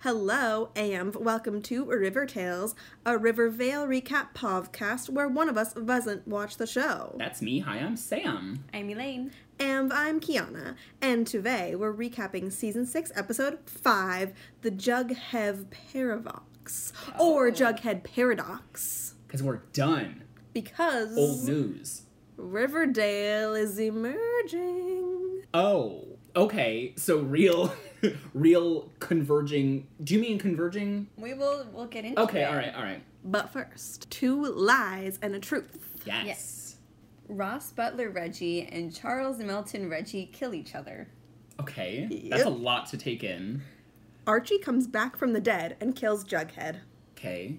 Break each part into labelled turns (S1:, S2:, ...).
S1: Hello, and welcome to River Tales, a Rivervale recap podcast where one of us doesn't watch the show.
S2: That's me. Hi, I'm Sam.
S3: I'm Elaine.
S1: And I'm Kiana, and today we're recapping season six, episode five, the Jughead Paradox, or Jughead Paradox,
S2: Because we're done.
S1: because
S2: Old news.
S1: Riverdale is emerging.
S2: Oh, okay. So real, real converging. Do you mean converging?
S3: We will we'll get into
S2: Okay.
S3: it.
S2: All right. All right.
S1: But first, two lies and a truth.
S2: Yes.
S3: Yes. Ross Butler Reggie and Charles Melton Reggie kill each other.
S2: Okay.
S1: Yep.
S2: That's a lot to take in.
S1: Archie comes back from the dead and kills Jughead.
S2: Okay.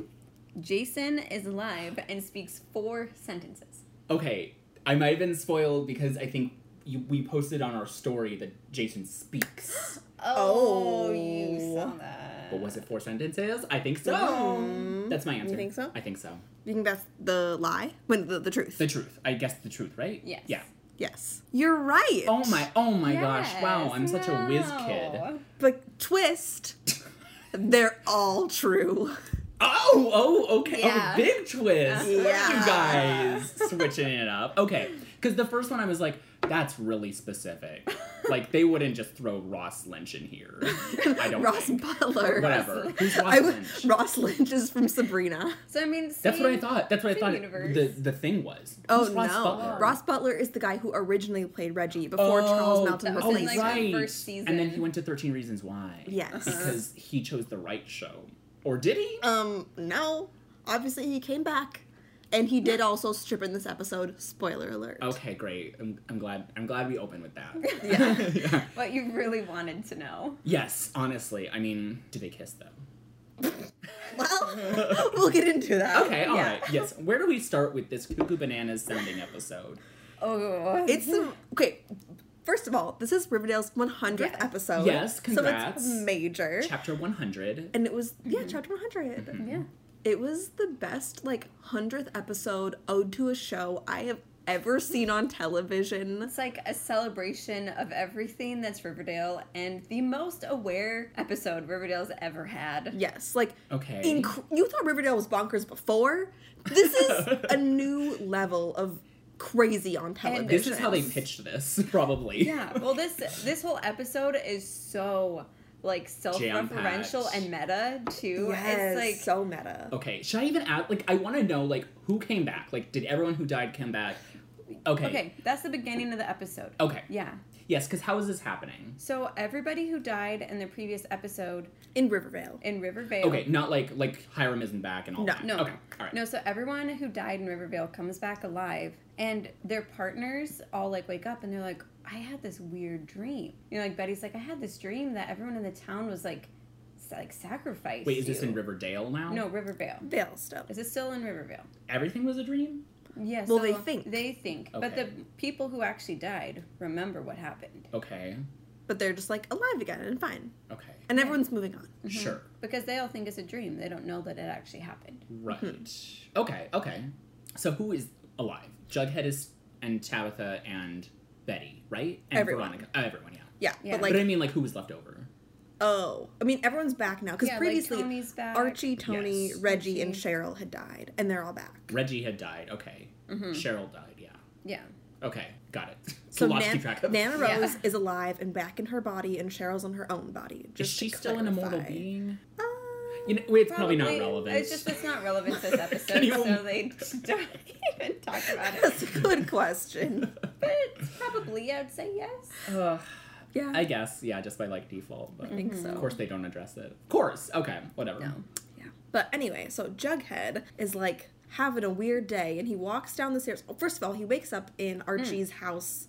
S3: Jason is alive and speaks four sentences.
S2: Okay. I might have been spoiled because I think you, we posted on our story that Jason speaks.
S1: Oh.
S3: you saw that.
S2: but was it four sentences? I think so. That's my answer.
S1: think so?
S2: I think so.
S1: You think that's the lie? When the, the truth?
S2: The truth. I guess the truth, right?
S3: Yes.
S2: Yeah.
S1: yes. You're right.
S2: Oh my. Oh my gosh. Wow.
S3: Yes,
S2: I'm such a whiz kid.
S3: no.
S1: But twist, they're all true.
S2: Oh, oh, okay.
S3: Yeah.
S2: Oh, big twist.
S1: Yeah.
S2: You guys switching it up. Okay. Because the first one I was like, that's really specific. like, they wouldn't just throw Ross Lynch in here. I don't
S1: Ross
S2: think.
S1: Butler.
S2: Whatever. Who's Ross
S1: I w-
S2: Lynch?
S1: Ross Lynch is from Sabrina.
S3: So I mean,
S2: that's what I
S3: same-
S2: thought. That's what I
S3: Same
S2: thought
S3: universe.
S2: the, the thing was.
S1: Oh
S2: Who's Ross
S1: no.
S2: Butler? Oh,
S1: Ross Butler is the guy who originally played Reggie before Charles Melton
S3: that
S1: was
S3: was
S1: Lacey.
S3: in, like, the first
S2: And then
S3: season.
S2: he went to 13 Reasons Why.
S1: Yes.
S2: Because he chose the right show. Or did he?
S1: Um, no. Obviously he came back. And he did also strip in this episode. Spoiler alert.
S2: Okay, great. I'm, I'm glad. I'm glad we opened with that.
S1: Yeah.
S2: yeah.
S3: What you really wanted to know.
S2: Yes, honestly. I mean, do they kiss though?
S1: Well, we'll get into that.
S2: Okay, all right.
S3: Yeah.
S2: Yes. Where do we start with this cuckoo bananas sounding episode?
S3: Oh,
S1: It's the okay. First of all, this is Riverdale's 100th
S3: Yeah.
S1: episode.
S2: Yes, congrats.
S1: So it's major.
S2: Chapter 100.
S1: and it was
S2: Mm-hmm.
S1: yeah, chapter 100.
S3: yeah.
S1: It was the best like 100th episode ode to a show I have ever seen on television.
S3: It's like a celebration of everything that's Riverdale and the most aware episode Riverdale's ever had.
S1: Yes, like
S2: Okay.
S1: inc- you thought Riverdale was bonkers before. This is a new level of crazy on television.
S2: this is how they pitched this, probably.
S3: Yeah. Well, this this whole episode is so like self-referential
S2: Jam-packed.
S3: and meta too.
S1: Yes,
S3: It's like
S1: so meta.
S2: Okay, should I even add? Like, I want to know, like, who came back? Like, did everyone who died come back? Okay.
S3: okay, that's the beginning of the episode.
S2: Okay.
S3: Yeah.
S2: Yes, because how is this happening?
S3: So everybody who died in the previous episode
S1: In Rivervale.
S3: in Rivervale.
S2: Okay, not like like Hiram isn't back and all
S1: No,
S2: that.
S3: No.
S2: Okay, all right.
S3: No, so everyone who died in Rivervale comes back alive and their partners all like wake up and they're like, I had this weird dream. You know, like Betty's like, I had this dream that everyone in the town was like s- like sacrificed.
S2: Wait, is this
S3: you."
S2: in Riverdale now?
S3: No, Rivervale.
S1: Vale still.
S3: Is it still in Rivervale?
S2: Everything was a dream?
S3: Yes.
S1: Well, they think.
S3: They think. But
S2: Okay.
S3: the people who actually died remember what happened.
S2: Okay.
S1: But they're just like alive again and fine.
S2: Okay.
S1: And everyone's moving on.
S2: Mm-hmm. Sure.
S3: Because they all think it's a dream. They don't know that it actually happened.
S2: Right. Mm-hmm. Okay, okay. So who is alive? Jughead is and Tabitha and Betty, right? And
S1: Everyone.
S2: Veronica. uh, everyone, yeah.
S1: Yeah,
S3: Yeah.
S1: but like,
S2: but I mean like who was left over?
S1: oh, I mean, everyone's back now because
S3: Yeah, like,
S1: previously
S3: Tony's back.
S1: Archie, Tony,
S2: Yes.
S1: Reggie,
S3: Archie.
S1: and Cheryl had died, and they're all back.
S2: Reggie had died, okay.
S3: Mm-hmm.
S2: Cheryl died, yeah.
S3: Yeah.
S2: Okay, got it.
S1: So
S2: So lots to
S1: Nan-
S2: keep track of.
S1: Nana
S3: Yeah.
S1: Rose is alive and back in her body, and Cheryl's on her own body.
S2: is
S1: Just
S2: she
S1: to
S2: still an immortal
S1: clarify.
S2: being?
S1: Uh,
S2: You know, it's probably, not relevant.
S3: It's just it's not relevant to this episode,
S2: Can you-
S3: so they don't even talk about it.
S1: that's a good question.
S3: But it's probably, I would say yes.
S2: Ugh,
S1: Yeah,
S2: I guess, yeah, just by like default, but
S1: think so.
S2: of course they don't address it. Of course. Okay, whatever.
S3: Mm-hmm. No.
S1: Yeah. But anyway, so Jughead is like having a weird day, and he walks down the stairs. Oh, First of all, he wakes up in Archie's house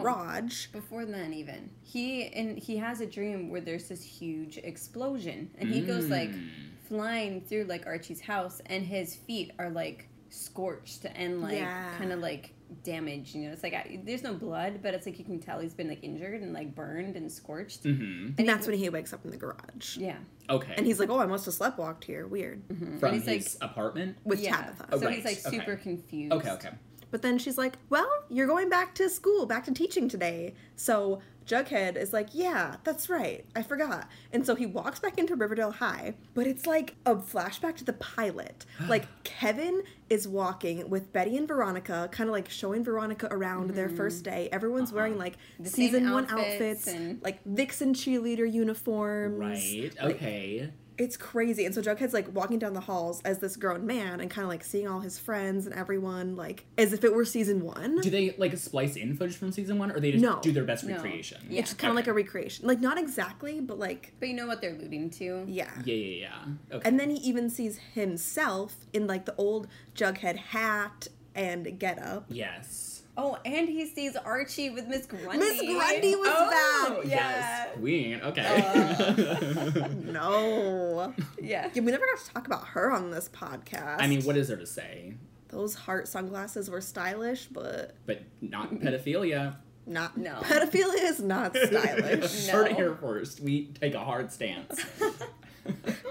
S1: garage.
S3: Before then, even he and he has a dream where there's this huge explosion, and he goes like
S2: Mm. Mm-hmm.
S3: flying through like Archie's house, and his feet are like scorched and like
S1: Yeah.
S3: kind of like damaged. You know, it's like I, there's no blood, but it's like you can tell he's been like injured and like burned and scorched.
S2: Mm-hmm.
S1: And that's when he wakes up in the garage.
S3: Yeah,
S2: Okay.
S1: And he's like, oh, I must have sleptwalked here. Weird.
S2: From
S3: he's, like-
S2: his apartment?
S1: With
S3: yeah.
S1: Tabitha.
S3: So
S2: Oh, Right,
S3: he's like
S2: okay.
S3: super confused.
S2: Okay, okay.
S1: But then she's like, well, you're going back to school, back to teaching today. So Jughead is like, yeah, that's right. I forgot. And so he walks back into Riverdale High, but it's like a flashback to the pilot. Like Kevin is walking with Betty and Veronica, kind of like showing Veronica around their first day. Everyone's wearing like
S3: The same
S1: season one
S3: outfits
S1: outfits,
S3: and-
S1: like Vixen cheerleader uniforms.
S2: Right.
S1: Like,
S2: Okay.
S1: it's crazy. And so Jughead's like walking down the halls as this grown man and kind of like seeing all his friends and everyone, like as if it were season one.
S2: Do they like splice in footage from season one, or they just
S1: No.
S2: do their best
S3: No.
S2: recreation?
S3: Yeah.
S1: It's kind of like a recreation. Like, not exactly, but like,
S3: But you know what they're alluding to.
S1: yeah.
S2: Yeah, yeah, yeah. Okay.
S1: And then he even sees himself in like the old Jughead hat and get up.
S2: yes.
S3: Oh, and he sees Archie with Miss Grundy.
S1: Miss Grundy was
S3: oh,
S1: back.
S3: Yeah.
S2: Yes. Queen. Okay.
S1: No.
S3: Yeah.
S1: Yeah, we never got to talk about her on this podcast.
S2: I mean, what is there to say?
S1: those heart sunglasses were stylish, but
S2: But not pedophilia.
S1: not.
S3: No.
S1: Pedophilia is not stylish.
S2: Heard it
S3: No.
S2: here first. We take a hard stance.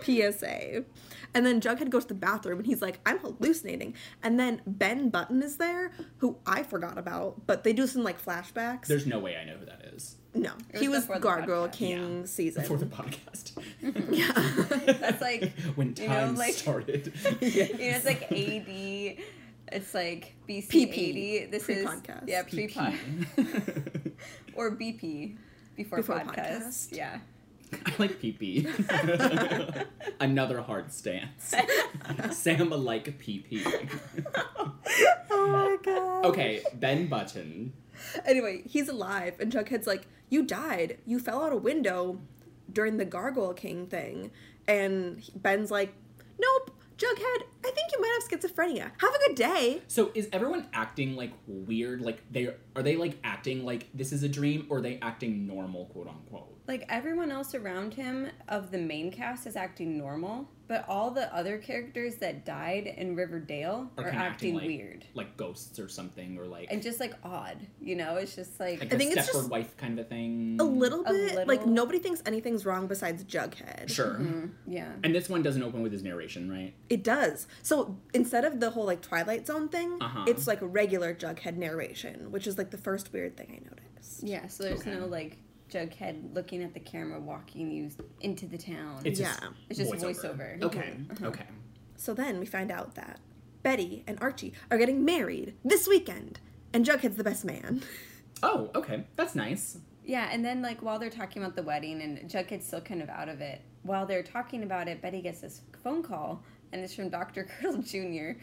S1: PSA. And then Jughead goes to the bathroom and he's like, I'm hallucinating. And then Ben Button is there, who I forgot about, but they do some like flashbacks.
S2: There's no way I know who that is
S1: no,
S3: It
S1: he
S3: was
S1: was
S3: before the
S1: Gargoyle
S3: podcast.
S1: King
S2: Yeah.
S1: season.
S2: before the podcast.
S1: yeah.
S3: That's like,
S2: when
S3: you know,
S2: time
S3: like-
S2: started.
S3: you know, it's like AD. It's like BC
S1: PP,
S3: 80. This
S1: pre-podcast.
S3: is yeah,
S2: PP.
S3: pre pod or BP before,
S1: Before
S3: podcast.
S1: podcast.
S3: Yeah.
S2: I like PP. Another hard stance. Sam like PP.
S1: oh my god.
S2: Okay, Ben Button.
S1: Anyway, he's alive, and Jughead's like, "You died. You fell out a window during the Gargoyle King thing." And he- Ben's like, "Nope, Jughead. I think you might have schizophrenia. Have a good day."
S2: So is everyone acting like weird? Like they are they like acting like this is a dream, or are they acting normal, quote unquote?
S3: Like everyone else around him of the main cast is acting normal, but all the other characters that died in Riverdale
S2: Or
S3: are
S2: kinda
S3: acting
S2: like,
S3: weird
S2: like ghosts or something, or like
S3: and just like odd. You know, it's just like,
S2: like
S1: I
S2: a
S1: think it's
S2: Stepford
S1: just
S2: wife kind of a thing.
S1: A little
S3: Mm, A
S1: bit. Like
S3: little.
S1: nobody thinks anything's wrong besides Jughead.
S2: sure.
S3: Mm-hmm. mm, yeah.
S2: And this one doesn't open with his narration, right?
S1: It does. So instead of the whole like Twilight Zone thing,
S2: Uh-huh.
S1: it's like a regular Jughead narration, which is like the first weird thing I noticed.
S3: Yeah, so there's
S2: Okay.
S3: no like Jughead looking at the camera walking you into the town.
S2: It's
S1: Yeah.
S2: just
S3: It's just
S2: voiceover.
S3: voiceover.
S2: Okay, okay.
S1: So then we find out that Betty and Archie are getting married this weekend, and Jughead's the best man.
S2: Oh, okay. That's nice.
S3: yeah, and then like while they're talking about the wedding and Jughead's still kind of out of it, while they're talking about it, Betty gets this phone call and it's from Dr. Curtle Jr.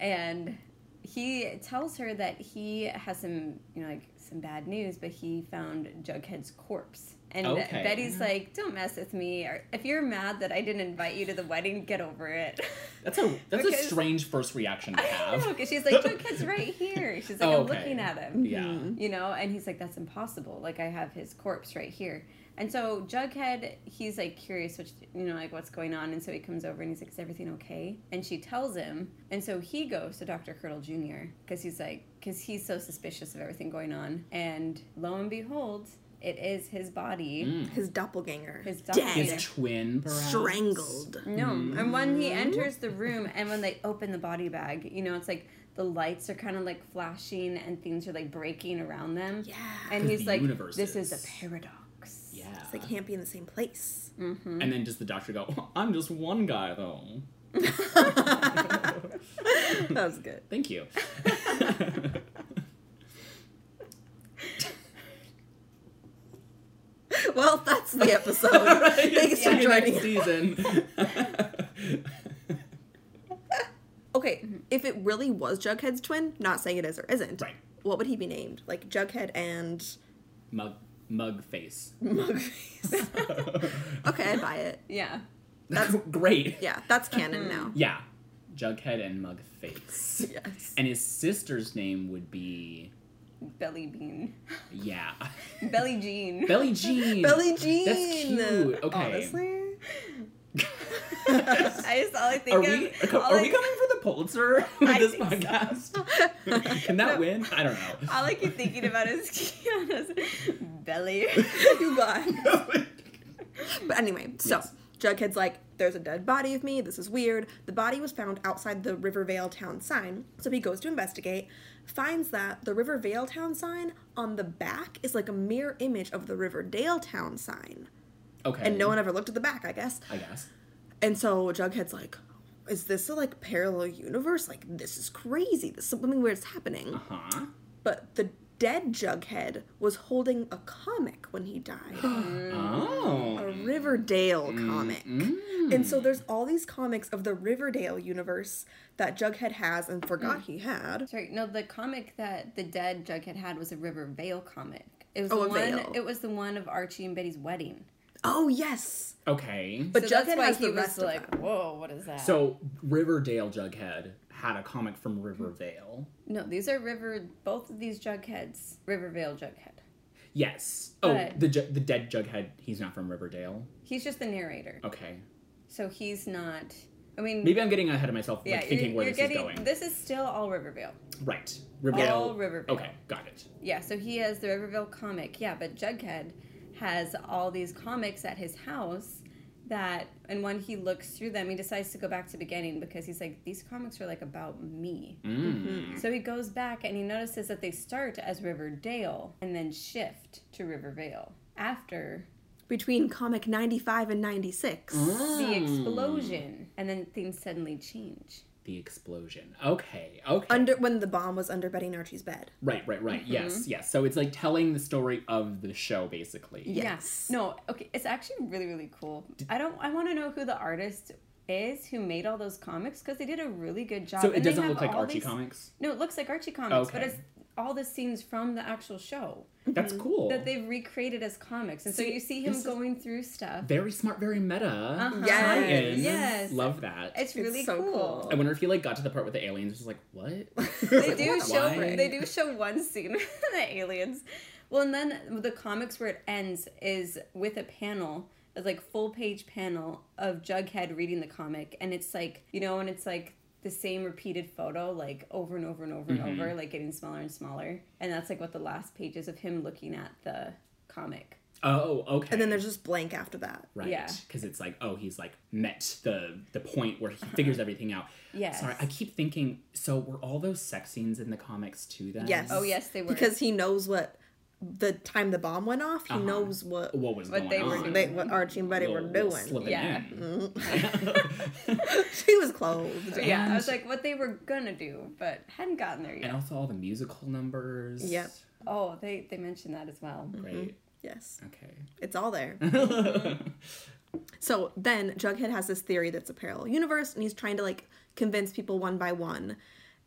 S3: and he tells her that he has some, you know, like some bad news, but he found Jughead's corpse. And
S2: Okay.
S3: Betty's like, "Don't mess with me. Or, if you're mad that I didn't invite you to the wedding, get over it."
S2: That's a that's a
S3: Because-
S2: strange first reaction to
S3: I
S2: have.
S3: know because she's like, Jughead's right here. She's like,
S2: Oh,
S3: I'm
S2: okay.
S3: looking at him.
S2: Yeah.
S3: You know, and he's like, that's impossible. Like, I have his corpse right here. And so Jughead, he's like curious, which you know, like what's going on. And so he comes over and he's like, is everything okay? And she tells him. And so he goes to Dr. Curtle Jr. because he's like, because he's so suspicious of everything going on. And lo and behold, it is his body.
S1: His doppelganger.
S3: His
S1: Dead.
S3: doppelganger.
S2: His twin, perhaps.
S1: Strangled.
S3: No, and when he enters the room and when they open the body bag, you know, it's like the lights are kind of like flashing and things are like breaking around them.
S1: Yeah.
S3: And
S2: 'Cause
S3: he's
S2: the
S3: like,
S2: universe
S3: this is
S2: is-
S3: a paradox. Mm-hmm.
S2: Yeah.
S1: So they can't be in the same place.
S2: And then does the doctor go? I'm just one guy though.
S1: that was good.
S2: Thank you.
S1: Well, that's the episode. Thanks
S2: See
S1: for
S2: you
S1: joining.
S2: next season.
S1: Okay,
S3: Mm-hmm.
S1: if it really was Jughead's twin, not saying it is or isn't.
S2: Right.
S1: What would he be named? Like Jughead and
S2: mug mug face.
S1: Mugface. okay, I buy it.
S3: Yeah.
S1: That's-
S2: great.
S1: Yeah, that's canon now.
S2: Yeah. Jughead and mug face.
S1: Yes.
S2: And his sister's name would be
S3: Belly bean.
S2: yeah.
S3: Belly jean.
S2: Belly Jean.
S1: Billie Jean.
S2: That's cute. Okay.
S1: Honestly.
S3: I just all I think
S2: Are
S3: of.
S2: we are,
S3: all, I,
S2: we coming for the Pulitzer with
S3: I
S2: this
S3: think so.
S2: podcast? Can that win? I don't
S3: all I keep thinking about is Kiana's belly.
S1: you got. it.
S2: know.
S1: But anyway, so
S2: Yes.
S1: Jughead's like, there's a dead body of me. This is weird. The body was found outside the Rivervale town sign. So he goes to investigate, finds that the Rivervale town sign on the back is like a mirror image of the Riverdale town sign.
S2: Okay.
S1: And no one ever looked at the back, I guess.
S2: I guess.
S1: And so Jughead's like, is this a like parallel universe? Like this is crazy. This something weird's happening.
S2: Uh huh.
S1: But the dead Jughead was holding a comic when he died. a
S3: Mm.
S2: Oh.
S1: Riverdale comic.
S2: Mm.
S1: And so there's all these comics of the Riverdale universe that Jughead has and forgot he had.
S3: Sorry, no, the comic that the dead Jughead had was a River Vale comic. It was
S1: Oh, a
S3: the one.
S1: veil.
S3: It was the one of Archie and Betty's wedding.
S1: Oh yes.
S2: Okay.
S1: But
S3: so that's
S1: Jughead
S3: why
S1: has
S3: he
S1: the
S3: was
S1: rest of
S3: like,
S1: them.
S3: "Whoa, what is that?"
S2: So Riverdale Jughead had a comic from Rivervale.
S3: no, these are River. Both of these Jugheads, Rivervale Jughead.
S2: Yes. Oh,
S3: But-
S2: the ju- the dead Jughead. He's not from Riverdale.
S3: He's just the narrator,
S2: Okay.
S3: so he's not. I mean,
S2: Oh. Maybe I'm getting ahead of myself.
S3: yeah,
S2: like,
S3: you're,
S2: thinking where
S3: you're
S2: this
S3: getting.
S2: is going.
S3: This is still all Rivervale.
S2: right. Riverdale.
S3: All Rivervale.
S2: Okay. Got it.
S3: Yeah, so he has the Riverville comic. Yeah, but Jughead has all these comics at his house that and when he looks through them he decides to go back to the beginning because he's like these comics are like about me
S2: Mm.
S3: so he goes back and he notices that they start as riverdale and then shift to rivervale after
S1: Between comic 95 and 96.
S3: the
S2: Mm.
S3: explosion and then things suddenly change
S2: The explosion. Okay. Okay.
S1: Under when the bomb was under Betty and Archie's bed.
S2: right. Right. Right.
S3: Mm-hmm.
S2: Yes. Yes. So it's like telling the story of the show, basically.
S1: Yeah.
S3: Yeah.
S1: Yes.
S3: No, okay, it's actually really really cool. I don't I want to know who the artist is who made all those comics cuz they did a really good job.
S2: So it
S3: And they
S2: doesn't
S3: have
S2: look like
S3: all
S2: Archie
S3: these-
S2: comics.
S3: No, it looks like Archie comics, but
S2: Okay.
S3: it's all the scenes from the actual show
S2: That's cool.
S3: that they've recreated as comics. And so
S2: See,
S3: you see him
S2: this is-
S3: going through stuff.
S2: very smart, very meta.
S3: Uh-huh.
S1: Yes.
S2: Science.
S3: Yes.
S2: Love that.
S3: It's really
S1: so
S3: cool.
S1: cool.
S2: I wonder if he like got to the part with the aliens, was like, what?
S3: They do show
S2: Why?
S3: they do show one scene the aliens. Well, and then the comics where it ends is with a panel, it's like full page panel of Jughead reading the comic, and it's like you know, and it's like the same repeated photo like over and over and over
S2: Mm-hmm.
S3: and over, like getting smaller and smaller, and that's like what the last page is of him looking at the comic.
S2: Oh, okay.
S1: And then there's just blank after that.
S2: right,
S3: Yeah.
S2: because it's like, oh, he's like met the the point where he figures everything out.
S3: Yes.
S2: Sorry, I keep thinking. So were all those sex scenes in the comics too? Then
S1: Yes.
S3: Oh yes, they were
S1: Because he knows what the time the bomb went off, he knows what
S2: What was
S3: What
S2: going
S3: they were
S2: on?
S3: doing.
S1: they, what Archie and Betty
S2: Little-
S1: were
S2: little
S1: doing. Mm-hmm.
S2: Slipping
S3: Yeah.
S2: in.
S1: she was clothed.
S3: yeah, I
S2: And-
S3: was like what they were gonna do, but hadn't gotten there
S2: and
S3: yet.
S2: also all the musical numbers.
S1: Yep.
S3: Oh, they they mentioned that as well.
S2: Right.
S1: Yes,
S2: Okay.
S1: it's all there. Mm-hmm. So then Jughead has this theory that's a parallel universe and he's trying to like convince people one by one.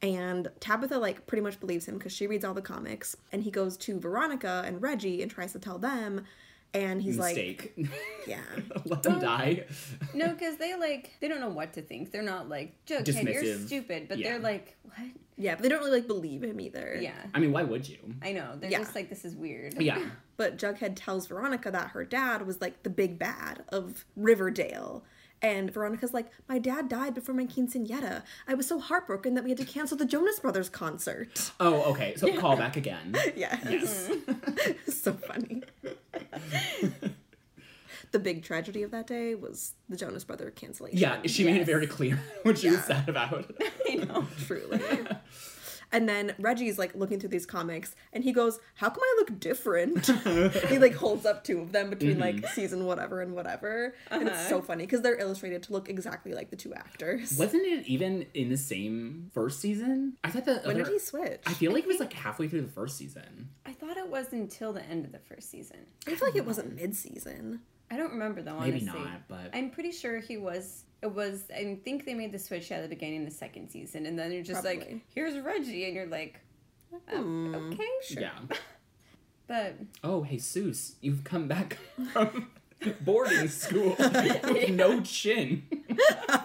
S1: And Tabitha like pretty much believes him because she reads all the comics and he goes to Veronica and Reggie and tries to tell them and he's
S2: Mistake.
S1: like yeah.
S2: Let them die.
S3: No, because they like they don't know what to think. They're not like joke. Kid, you're
S2: Dismissive.
S3: stupid, but
S2: Yeah.
S3: they're like what?
S1: Yeah, but they don't really like believe him either.
S3: Yeah,
S2: I mean, why would you?
S3: I know. They're
S1: Yeah.
S3: just like this is weird.
S2: Yeah.
S1: But Jughead tells Veronica that her dad was like the big bad of Riverdale. And Veronica's like, My dad died before my quinceanera. I was so heartbroken that we had to cancel the Jonas Brothers concert.
S2: Oh, okay. So call back again.
S1: Yes.
S2: Yes.
S1: Mm. so funny. the big tragedy of that day was the Jonas Brother cancellation.
S2: Yeah, she made it
S3: Yes.
S2: very clear what she was
S1: Yeah.
S2: sad about.
S3: I know.
S1: Truly. and then Reggie's like looking through these comics and he goes, How come I look different? he like holds up two of them between like
S2: Mm-hmm.
S1: season whatever and whatever. And
S2: Uh-huh.
S1: it's so funny because they're illustrated to look exactly like the two actors.
S2: Wasn't it even in the same first season? I thought that.
S1: When
S2: other-
S1: did he switch?
S2: I feel like it was like halfway through the first season.
S3: I thought it was until the end of the first season.
S1: I feel like it wasn't mid season.
S3: I don't remember though.
S2: Maybe
S3: Honestly,
S2: not, but
S3: I'm pretty sure he was. It was. I think they made the switch at the beginning of the second season, and then you're just like,
S1: Probably. Hmm.
S3: here's Reggie, and you're like, um, okay, sure.
S2: yeah.
S3: But
S2: Oh, Jesus, you've come back from boarding school with no chin.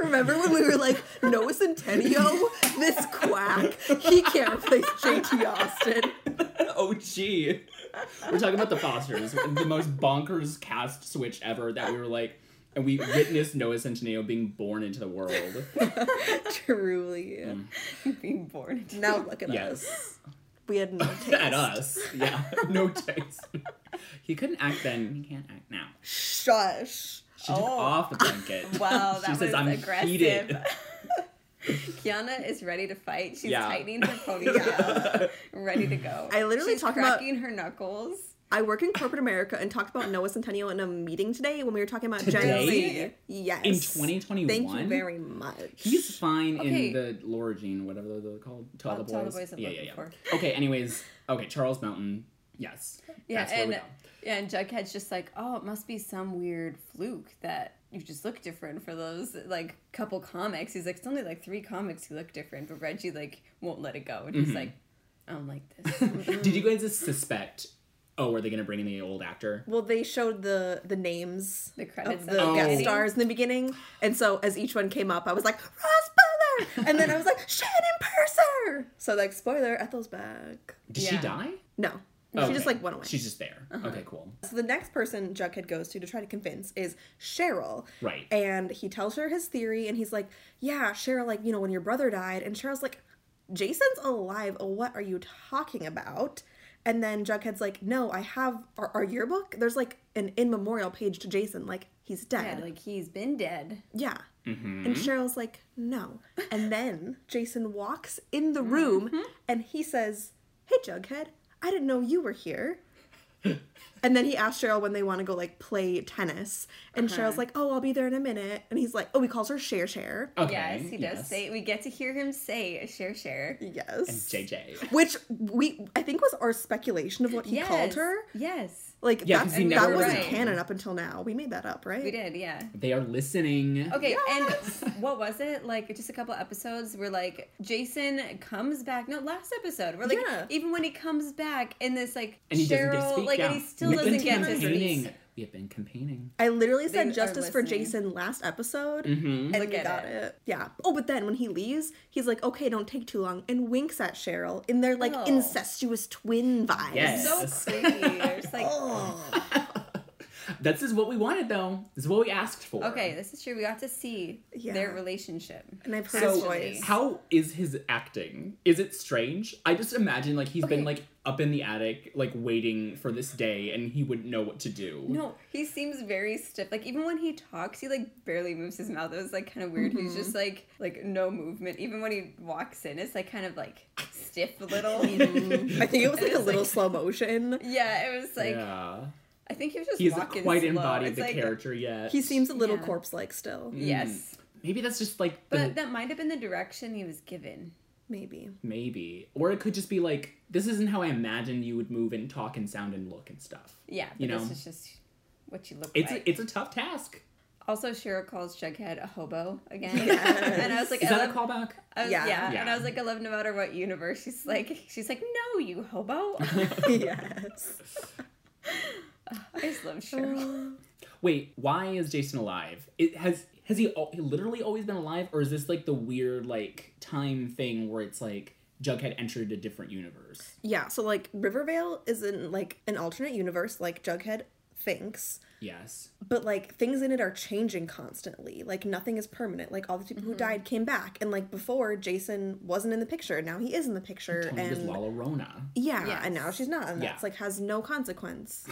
S1: Remember when we were like, Noah Centennial? This quack. He can't replace JT Austin.
S2: Oh, gee. We're talking about the Fosters, the most bonkers cast switch ever. That we were like, and we witnessed Noah Centineo being born into the world.
S1: Truly.
S3: being bored.
S1: Now look at us.
S2: Mm. Yes.
S1: We had no taste.
S2: at us. Yeah, no taste. he couldn't act then. He can't act now.
S1: Shush.
S2: She took
S3: Oh.
S2: off the blanket.
S3: Wow, that
S2: she says,
S3: was
S2: I'm
S3: aggressive.
S2: heated.
S3: Kiana is ready to fight. She's
S2: Yeah.
S3: tightening her ponytail, ready to go.
S1: I literally
S3: She's
S1: talk about-
S3: cracking her knuckles.
S1: I work in corporate America and talked about Noah Centennial in a meeting today when we were talking about Gen
S2: Today?
S1: Z. Yes.
S2: In 2021?
S1: Thank you very much.
S2: He's fine
S3: Okay.
S2: in the Laura Jean, whatever they're called. Tell
S3: Oh,
S2: the boys.
S3: Tell the Boys I'm
S2: yeah, yeah,
S3: looking
S2: yeah.
S3: for.
S2: Okay, anyways. Okay, Charles Mountain. Yes.
S3: Yeah,
S2: That's
S3: and
S2: where
S3: yeah, and Jughead's just like, oh, it must be some weird fluke that you just look different for those like couple comics. He's like, it's only like three comics who look different, but Reggie like won't let it go, and
S2: Mm-hmm.
S3: he's like, I don't like
S2: we
S3: this.
S2: go. Did you guys suspect, oh, are they going to bring in the old actor?
S1: Well, they showed the the names
S3: The credits
S1: of the
S2: at the
S1: guest
S2: beginning?
S1: stars in the beginning, and so as each one came up, I was like Ross Butler, and then I was like Shannon Purser. So like spoiler, Ethel's back.
S2: Did she
S3: Yeah.
S2: die?
S1: No, she just
S2: Okay.
S1: like went away.
S2: She's just there.
S3: Uh-huh.
S2: Okay, cool.
S1: So the next person Jughead goes to to try to convince is Cheryl.
S2: Right.
S1: And he tells her his theory, and he's like, "Yeah, Cheryl, like you know when your brother died," and Cheryl's like, "Jason's alive. What are you talking about?" And then Jughead's like, "No, I have our, our yearbook. There's like an in memorial page to Jason. Like he's
S3: yeah,
S1: dead.
S3: like he's been dead.
S1: Yeah.
S3: Mm-hmm.
S1: And Cheryl's like, no. And then Jason walks in the room
S3: Mm-hmm.
S1: and he says, Hey, Jughead, I didn't know you were here. and then he asks Cheryl when they want to go like play tennis. And
S3: Uh-huh.
S1: Cheryl's like, Oh, I'll be there in a minute. And he's like, Oh, he calls her Share Share.
S2: Okay.
S3: yes, he does
S2: yes.
S3: say. We get to hear him say, "Share, share."
S1: Yes.
S2: JJ.
S1: Which we I think was our speculation of what he
S3: yes,
S1: called her.
S3: Yes,
S1: Like
S2: Yeah, 'cause
S1: that's,
S2: he
S1: that
S2: never
S1: wasn't
S3: wrote.
S1: canon up until now. We made that up, right?
S3: we did. Yeah.
S2: They are listening.
S3: Okay, and what was it? Like just a couple episodes where like Jason comes back. No, last episode. Where like
S1: Yeah.
S3: even when he comes back in this like
S2: And he doesn't
S3: Cheryl,
S2: get to speak.
S3: like
S2: yeah.
S3: and he still
S2: We've
S3: doesn't
S2: been
S3: get to
S2: campaigning.
S3: speak.
S2: We have been campaigning.
S1: I literally
S3: They
S1: said
S3: are
S1: justice for
S3: listening.
S1: Jason last episode,
S2: Mhm.
S1: and
S3: Look
S1: we
S3: at
S1: got
S3: it.
S1: it. Yeah. Oh, but then when he leaves, he's like, "Okay, don't take too long," and winks at Cheryl in their like
S3: Oh.
S1: incestuous twin vibes.
S2: Yes.
S3: So creepy. You're just like
S1: Oh.
S2: This is what we wanted, though. This is what we asked for.
S3: okay, this is true. We got to see
S1: Yeah.
S3: their relationship.
S1: and I've heard his
S2: So,
S1: voice.
S2: how is his acting? Is it strange? I just imagine like he's
S3: Okay.
S2: been like up in the attic, like waiting for this day, and he wouldn't know what to do.
S3: No, he seems very stiff. Like even when he talks, he like barely moves his mouth. It was like kind of weird.
S1: Mm-hmm.
S3: He's just like like no movement. Even when he walks in, it's like kind of like stiff a little.
S1: I think it was like a
S3: It's
S1: little
S3: like-
S1: slow motion.
S3: yeah, it was like
S2: yeah,
S3: I think he was just
S2: he hasn't
S3: walking
S2: quite
S3: slow.
S2: embodied
S3: It's
S2: the
S3: like,
S2: character Mm. yet.
S1: He seems a little
S3: Yeah.
S1: corpse-like still,
S3: Yes,
S2: Maybe that's just like the
S3: but that might have been the direction he was given.
S1: maybe.
S2: maybe, or it could just be like this isn't how I imagined you would move and talk and sound and look and stuff.
S3: Yeah, but
S2: You know.
S3: this is just what you look
S2: It's
S3: like.
S2: a, it's a tough task.
S3: also, Cheryl calls Jughead a hobo again,
S1: Yes.
S3: and I was like,
S2: Is
S3: I
S2: that a
S3: love,
S2: callback?
S3: I was- yeah.
S1: Yeah.
S3: and I
S2: Yeah.
S3: was like, I love no matter what universe. She's like, she's like, no, you hobo.
S1: yes.
S3: I just love
S1: Oh.
S3: Cheryl.
S2: Wait, why is Jason alive? It has has he al- literally always been alive, or is this like the weird like time thing where it's like Jughead entered a different universe?
S1: Yeah. So like Rivervale is in like an alternate universe, like Jughead thinks.
S2: Yes.
S1: but like things in it are changing constantly like nothing is permanent like all the people who died came back and like before jason wasn't in the picture now he is in the picture
S2: Tony is
S1: and
S2: Lala Rona.
S1: yeah
S3: Yes.
S1: and now she's not and
S2: Yeah.
S1: that's like has no consequence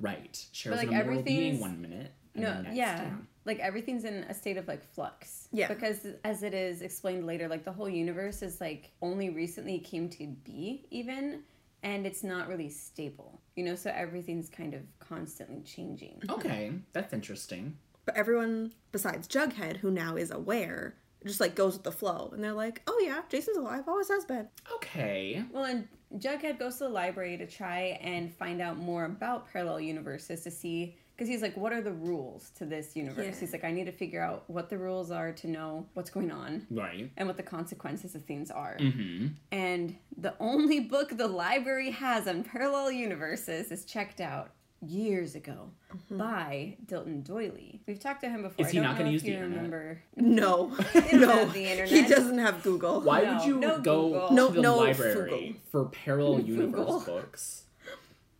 S2: Right. Cheryl's
S3: like,
S2: an immoral
S3: everything's-
S2: being one minute. and the
S3: No,
S2: next,
S3: yeah. Like everything's in a state of like flux.
S1: Yeah.
S3: Because as it is explained later, like the whole universe is like only recently came to be even and it's not really stable. You know, so everything's kind of constantly changing.
S2: Okay, that's interesting.
S1: but everyone besides jughead who now is aware just like goes with the flow and they're like oh yeah jason's alive always has been
S2: Okay.
S3: Well, and Jughead goes to the library to try and find out more about parallel universes to see because he's like, what are the rules to this universe?
S1: Yeah.
S3: He's like, I need to figure out what the rules are to know what's going on.
S2: Right.
S3: and what the consequences of things are.
S2: Mm-hmm.
S3: And the only book the library has on parallel universes is checked out years ago
S1: Mm-hmm.
S3: by Dilton Doily. We've talked to him before.
S2: Is he
S3: I don't
S2: not gonna
S3: know
S2: use
S3: if you
S2: the internet?
S3: remember.
S1: no
S3: don't
S1: no
S3: have the internet.
S1: he doesn't have google
S2: Why
S3: No,
S2: would you
S3: no
S2: go
S3: Google.
S2: to
S1: No-
S2: the
S1: no
S2: library
S1: Google.
S2: for parallel
S3: Google.
S2: universe books?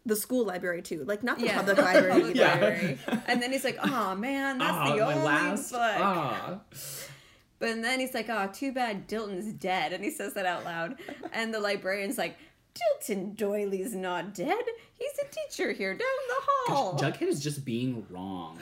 S1: the school library too like not the
S3: Yeah,
S1: public
S3: the
S1: library
S3: public
S2: Yeah.
S3: library. And then he's like, "Oh man, that's
S2: Ah,
S3: the
S2: my
S3: only
S2: last.
S3: book."
S2: Ah.
S3: But then he's like, "Oh, too bad Dilton's dead," and he says that out loud. And the librarian's like, Dilton Doyley's not dead. He's a teacher here down the hall.
S2: Jughead is just being wrong.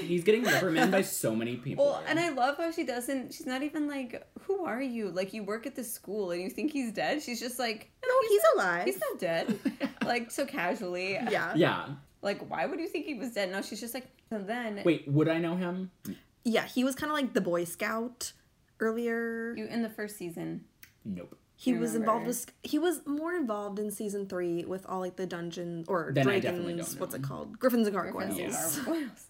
S2: He's getting reprimanded by so many people.
S3: Well, and I love how she doesn't. She's not even like, "Who are you?" Like you work at the school and you think he's dead. She's just like, "No,
S1: No, he's
S3: not-
S1: alive.
S3: He's not dead." like so casually.
S1: yeah. yeah.
S2: yeah.
S3: Like why would you think he was dead? No, she's just like. And then
S2: Wait, would I know him?
S1: he was kind of like the Boy Scout earlier.
S3: you in the first season.
S2: Nope.
S1: he was involved
S3: remember.
S1: with he was more involved in season 3 with all like the dungeons or
S2: Then I definitely
S1: dragons,
S2: don't
S1: what's it
S2: know.
S1: called? Griffins and gargoyles.
S3: Griffins and Gargoyles.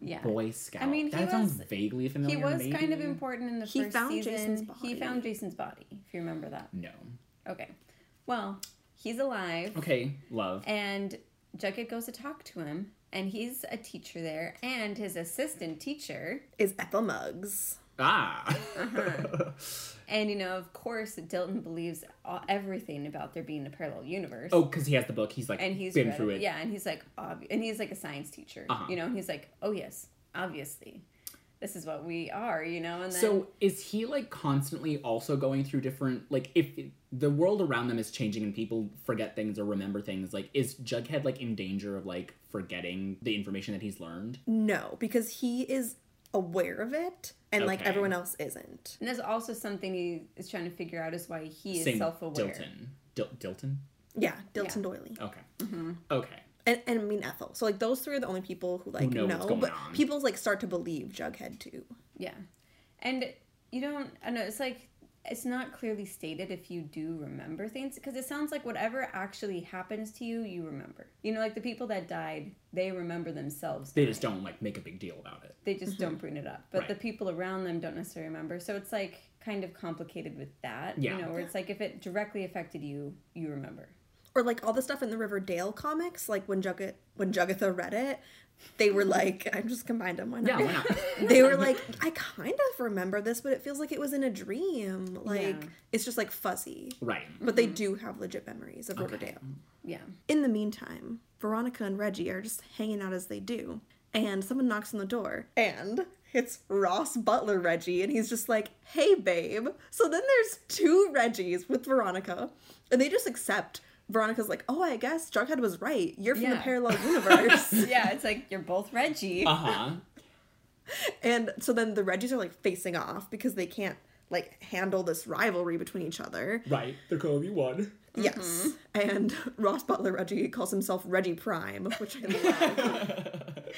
S3: Yeah.
S2: Boy Scout.
S3: I mean, he
S2: that sounds
S3: was-
S2: vaguely
S3: He
S2: familiar.
S3: was
S2: maybe?
S3: kind of important in the
S1: He
S3: first
S1: found
S3: season.
S1: Jason's body.
S3: He found Jason's body, if you remember that.
S2: No.
S3: Okay. Well, he's alive,
S2: Okay, love.
S3: and Jughead goes to talk to him, and he's a teacher there, and his assistant teacher.
S1: Is Ethel Muggs.
S2: Ah.
S3: Uh-huh. And, you know, of course, Dilton believes all, everything about there being a parallel universe.
S2: oh, because he has the book. He's like
S3: and he's
S2: been
S3: read
S2: through it.
S3: Yeah, and he's like, obvi- and he's like a science teacher,
S2: Uh-huh.
S3: you know, and he's like, oh, yes, obviously. This is what we are, you know, and then.
S2: So is he like constantly also going through different like if the world around them is changing and people forget things or remember things like is Jughead like in danger of like forgetting the information that he's learned?
S1: No, because he is aware of it and like
S2: Okay.
S1: everyone else isn't.
S3: And that's also something he is trying to figure out is why he is
S2: Same with
S3: self-aware.
S2: Dilton. Dil- Dilton?
S1: Yeah, Dilton Doily.
S2: Okay. Okay.
S1: And, and I mean Ethel. So like those three are the only people who like
S2: know
S1: know,
S2: what's going
S1: but
S2: on.
S1: people like start to believe Jughead too.
S3: Yeah, and you don't. I know it's like it's not clearly stated if you do remember things because it sounds like whatever actually happens to you, you remember. You know, like the people that died, they remember themselves.
S2: They just don't like make a big deal about it.
S3: They just don't bring it up, but
S2: Mm-hmm. Right.
S3: the people around them don't necessarily remember. So it's like kind of complicated with that.
S2: Yeah.
S3: You know, where it's like if it directly affected you, you remember.
S1: Or like all the stuff in the Riverdale comics, like when Jugget when Jugatha read it, they were like, I'm just combined them. Why
S2: Yeah,
S1: not?
S2: why not?
S1: they were like, I kind of remember this, but it feels like it was in a dream. Like
S3: Yeah. Mm-hmm.
S1: it's just like fuzzy.
S2: right.
S1: But they do have legit memories of Riverdale.
S3: Yeah.
S1: In the meantime, Veronica and Reggie are just hanging out as they do, and someone knocks on the door, and it's Ross Butler Reggie, and he's just like, hey, babe. So then there's two Reggies with Veronica, and they just accept. Veronica's like, oh, I guess Jughead was right. You're from the
S3: Yeah.
S1: parallel universe.
S3: Yeah, it's like you're both Reggie.
S2: Uh-huh.
S1: and so then the Reggies are like facing off because they can't like handle this rivalry between each other.
S2: right. The Kobe one.
S3: Mm-hmm.
S1: Yes. And Ross Butler Reggie calls himself Reggie Prime, which I love.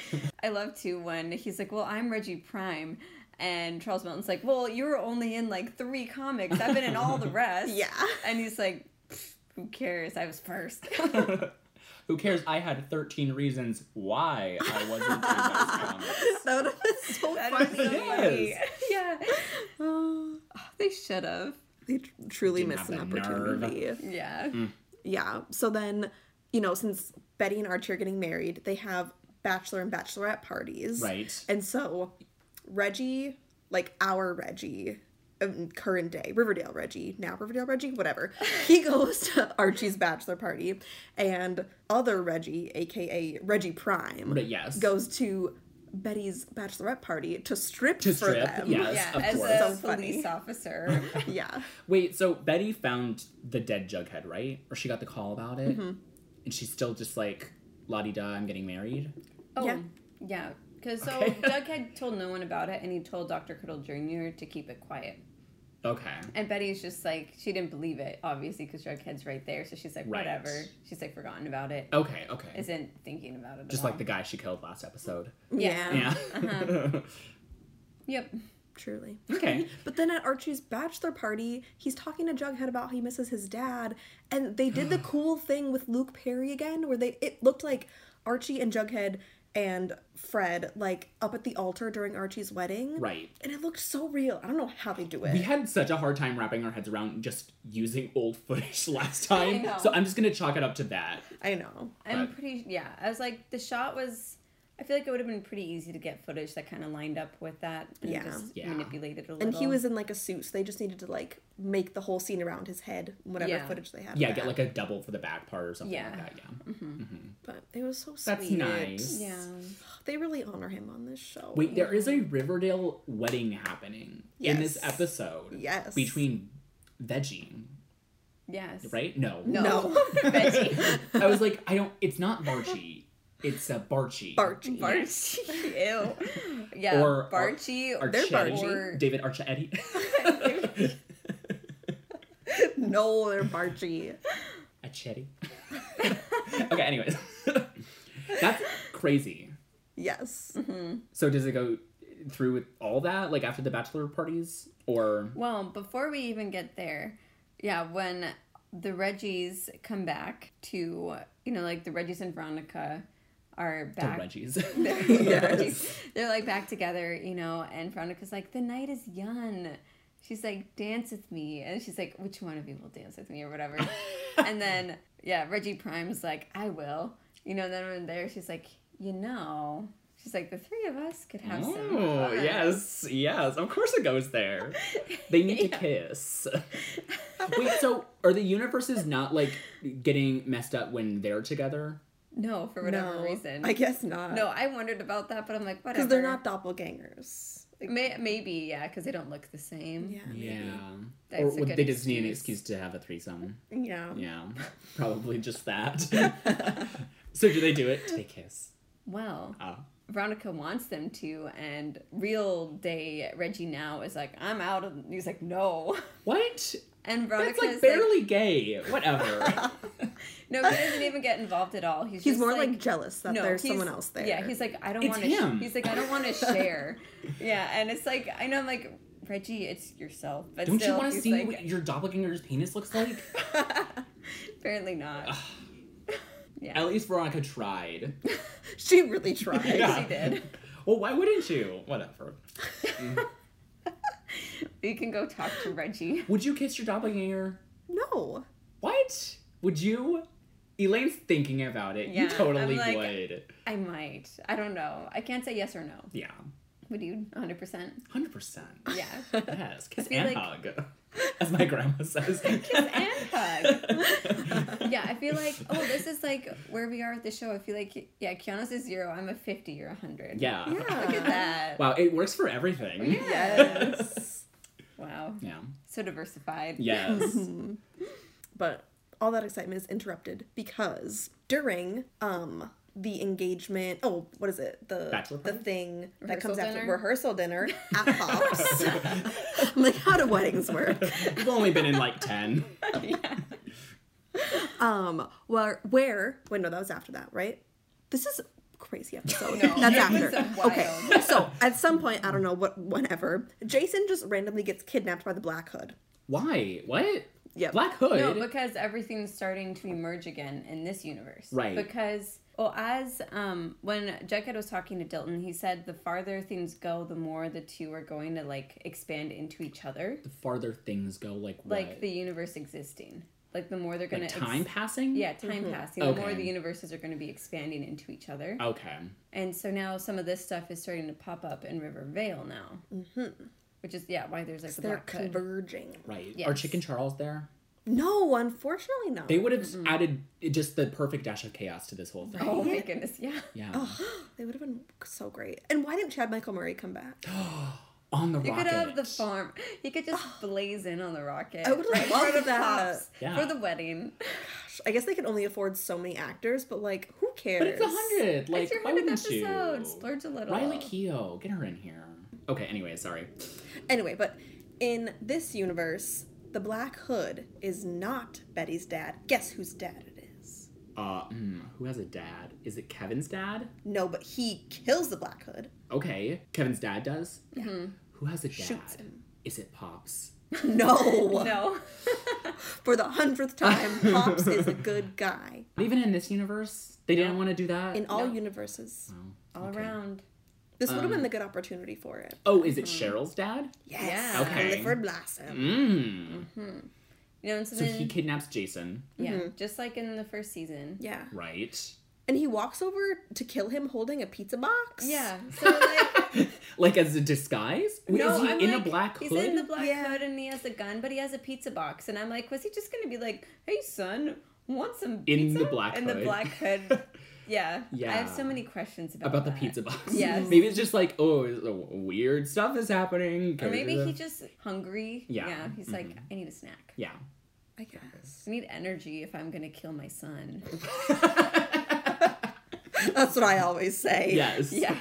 S3: I love too when he's like, "Well, I'm Reggie Prime," and Charles Melton's like, "Well, you were only in like three comics. I've been in all the rest."
S1: Yeah.
S3: and he's like, "Pfft, "Who cares? I was first.
S2: Who cares? I had 13 reasons why I wasn't in those comics.
S1: that would have been so
S3: That is
S1: funny.
S3: so funny.
S2: Yes.
S3: yeah,
S1: Oh,
S3: they should have.
S1: they tr- truly
S2: Didn't
S1: missed an
S2: have the nerve.
S1: opportunity.
S3: Yeah,
S2: Mm.
S1: Yeah. So then, you know, since Betty and Archie are getting married, they have bachelor and bachelorette parties.
S2: Right.
S1: And so Reggie, like our Reggie, um, current day Riverdale Reggie, now Riverdale Reggie, whatever, he goes to Archie's bachelor party, and other Reggie, aka Reggie Prime,
S2: But yes.
S1: goes to Betty's bachelorette party to strip
S2: To
S1: for
S2: strip,
S1: them.
S2: yes.
S3: yeah.
S2: of
S3: As
S2: course.
S3: a
S1: So funny.
S3: police officer,
S1: Yeah.
S2: Wait, so Betty found the dead Jughead, right? Or she got the call about it, and she's still just like, "La di da, I'm getting married."
S3: oh
S1: Yeah.
S3: yeah, Because so
S2: Okay.
S3: Doug had told no one about it, and he told Dr. Kittle Jr. to keep it quiet.
S2: Okay,
S3: And Betty's just like she didn't believe it, obviously, because Jughead's right there. So she's like,
S2: Right.
S3: whatever. She's like forgotten about it.
S2: okay, okay.
S3: Isn't thinking about it.
S2: just
S3: at
S2: like
S3: all.
S2: the guy she killed last episode.
S1: Yeah.
S2: Yeah. Uh-huh.
S3: Yep.
S1: Truly.
S2: okay.
S1: But then at Archie's bachelor party, he's talking to Jughead about how he misses his dad, and they did the cool thing with Luke Perry again, where they it looked like Archie and Jughead and Fred like up at the altar during Archie's wedding,
S2: Right.
S1: And it looked so real. I don't know how they do
S2: We
S1: it.
S2: had such a hard time wrapping our heads around just using old footage last time,
S3: know.
S2: so I'm just gonna chalk it up to that.
S1: I know.
S3: I'm
S2: But-
S3: pretty. Yeah. I was like, the shot was. I feel like it would have been pretty easy to get footage that kind of lined up with that. And
S1: Yeah.
S3: Just
S2: Yeah.
S3: Manipulate it a little.
S1: And he was in like a suit, so they just needed to like make the whole scene around his head, whatever
S3: Yeah.
S1: footage they had. of
S2: Yeah,
S1: that.
S2: get like a double for the back part or something like
S3: Yeah.
S2: that. Yeah.
S1: But it was so sweet.
S2: That's nice.
S3: Yeah.
S1: They really honor him on this show.
S2: Wait, there is a Riverdale wedding happening in this
S1: Yes.
S2: episode.
S1: Yes.
S2: Between Veggie
S3: Yes.
S2: right? No.
S3: No.
S1: No.
S3: Veggie.
S2: I was like, I don't. It's not Barchi. It's a Barchi.
S1: Barchi.
S3: Barchi. Ew. Yeah.
S2: Or Ar-
S3: Barchi.
S1: They're
S2: Archetti.
S3: Barchi.
S2: David Archetti.
S1: No, they're Barchi.
S2: Archetti. okay. Anyways, that's crazy.
S1: Yes.
S2: So does it go through with all that, like after the bachelor parties, or
S3: Well, before we even get there, yeah, when the Reggies come back to, you know, like the Reggies and Veronica are
S2: the
S3: back.
S2: Reggie's?
S3: They're-
S1: Yes.
S3: They're like back together, you know, and Veronica's like, the night is young. She's like, dance with me. And she's like, which one of you will dance with me or whatever. and then, yeah, Reggie Prime's like, I will. You know, then when there, she's like, you know, she's like, the three of us could have some.
S2: Oh
S3: fun."
S2: yes, yes. Of course it goes there. They need to kiss. Wait, so are the universes not like getting messed up when they're together?
S3: No, for whatever
S1: No,
S3: reason.
S1: I guess not.
S3: No, I wondered about that, but I'm like, whatever.
S1: Because they're not doppelgangers. Like,
S3: May- maybe, yeah, because they don't look the same.
S1: yeah.
S2: or
S3: That's a
S2: would
S3: good
S2: they just need an
S3: excuse.
S2: excuse to have a threesome.
S1: Yeah.
S2: Yeah, probably just that. so do they do it? Do they kiss?
S3: Well,
S2: Ah,
S3: Veronica wants them to, and real day Reggie now is like, I'm out of. He's like, no.
S2: what?
S3: And Veronica
S2: That's like
S3: is
S2: barely gay. Whatever.
S3: like, no, he doesn't even get involved at all. He's
S1: He's
S3: just
S1: more like, jealous that there's
S3: he's-
S1: someone else there.
S3: Yeah, he's like, I don't
S2: It's
S3: want
S2: him.
S3: to. He's like, I don't want to share. yeah, and it's like, I know, I'm like, Reggie, it's yourself. But
S2: Don't
S3: still,
S2: you want to
S3: he's
S2: see
S3: like,
S2: what your doppelganger's penis looks like?
S3: Apparently not. yeah,
S2: At least Veronica tried.
S1: she really tried.
S2: Yeah.
S3: she did.
S2: Well, why wouldn't you? Whatever.
S3: You can go talk to Reggie.
S2: Would you kiss your doppelganger?
S1: No.
S2: What? Would you? Elaine's thinking about it.
S3: Yeah,
S2: you totally
S3: I'm like-
S2: would.
S3: I might. I don't know. I can't say yes or no.
S2: Yeah,
S3: Would you? 100%.
S2: hundred percent.
S3: Yeah.
S2: Yes, kiss
S3: feel
S2: and
S3: like-
S2: hug, as my grandma says. kiss
S3: and hug. yeah, I feel like, oh, this is like where we are at the show. I feel like, yeah, Kiana's a zero. I'm a 50 or 100.
S2: Yeah.
S1: Yeah.
S3: Look at that.
S2: Wow, it works for everything.
S1: Yes.
S3: Wow.
S2: Yeah.
S3: So diversified.
S2: Yes.
S1: but all that excitement is interrupted because during um the engagement oh what is it the
S2: Bachelor
S1: the
S2: party?
S1: thing that
S3: Rehearsal
S1: comes after
S3: dinner?
S1: rehearsal dinner at pops I'm like how do weddings work
S2: We've only been in like ten.
S3: yeah.
S1: um where where wait no that was after that right this is a crazy episode
S3: No,
S1: that's
S3: that
S1: after
S3: was so
S1: okay
S3: wild.
S1: so at some point i don't know what whenever jason just randomly gets kidnapped by the black hood
S2: Why? What?
S1: Yep.
S2: Black Hood.
S3: No, because everything's starting to emerge again in this universe.
S2: Right.
S3: Because well, as um when Jughead was talking to Dilton, he said the farther things go, the more the two are going to like expand into each other.
S2: the farther things go, like what?
S3: Like the universe existing. Like the more they're
S2: Like
S3: gonna ex-
S2: time passing.
S3: yeah, time passing. The more
S2: Okay.
S3: the universes are going to be expanding into each other,
S2: Okay.
S3: and so now some of this stuff is starting to pop up in River Vale now, mm-hmm. which is yeah why there's like the
S1: they're
S3: black hood.
S1: converging
S2: Right. Are
S3: Yes.
S2: Chicken Charles there?
S1: no unfortunately no
S2: They would have added just the perfect dash of chaos to this whole thing.
S3: Oh my goodness, yeah.
S2: Yeah.
S1: They would have been so great. And why didn't Chad Michael Murray come back?
S2: On the
S3: You
S2: rocket.
S3: could have the farm. You could just blaze in on the rocket.
S1: I would
S3: right
S1: love
S3: for the
S1: that.
S3: pops,
S2: Yeah.
S3: For the wedding.
S1: I guess they could only afford so many actors, but like, who cares?
S2: But it's a hundred. Like
S3: it's your
S2: why
S3: 100th
S2: wouldn't you?
S3: episode. Splurge a little.
S2: Riley Keough, get her in here. Okay. Anyway, sorry.
S1: Anyway, but in this universe, the Black Hood is not Betty's dad. Guess whose dad it is?
S2: Uh, hmm, who has a dad? Is it Kevin's dad?
S1: No, but he kills the Black Hood.
S2: Okay, Kevin's dad does.
S3: Mm-hmm.
S2: Who has a dad?
S1: Shoots him.
S2: Is it Pops?
S1: No.
S3: No.
S1: For the hundredth time, Pops is a good guy.
S2: Even in this universe, they didn't want to do that.
S1: In all
S3: Uh, No.
S1: universes.
S2: oh.
S3: All
S2: okay.
S3: around.
S1: This would have been the good opportunity for it.
S2: Oh, is it
S3: Mm-hmm.
S2: Cheryl's dad?
S1: Yes.
S3: Yeah. Mm.
S2: Okay.
S1: Clifford Blossom.
S2: Mmm.
S3: Hmm. You know, and so,
S2: So
S3: then,
S2: he kidnaps Jason,
S3: yeah,
S1: Mm-hmm.
S3: just like in the first season.
S1: Yeah.
S2: right?
S1: And he walks over to kill him holding a pizza box.
S3: Yeah. So like,
S2: Like as a disguise? Wait,
S3: no,
S2: is he
S3: I'm
S2: in
S3: like,
S2: a black
S3: He's
S2: hood?
S3: in the black
S1: Yeah.
S3: hood and he has a gun, but he has a pizza box, and I'm like, was he just gonna be like, hey son, want some pizza?
S2: the black
S3: in
S2: hood.
S3: the black hood. Yeah. I
S2: Yeah.
S3: have so many questions about
S2: about the
S3: that.
S2: pizza box.
S3: Yes.
S2: Maybe it's just like, oh, it's- oh, weird stuff is happening.
S3: Or maybe he
S2: just.
S3: just hungry.
S2: Yeah. Mm-hmm.
S3: he's like, I need a snack.
S2: Yeah.
S1: I guess.
S3: I need energy if I'm gonna kill my son.
S1: That's what I always say.
S2: yes.
S3: yeah.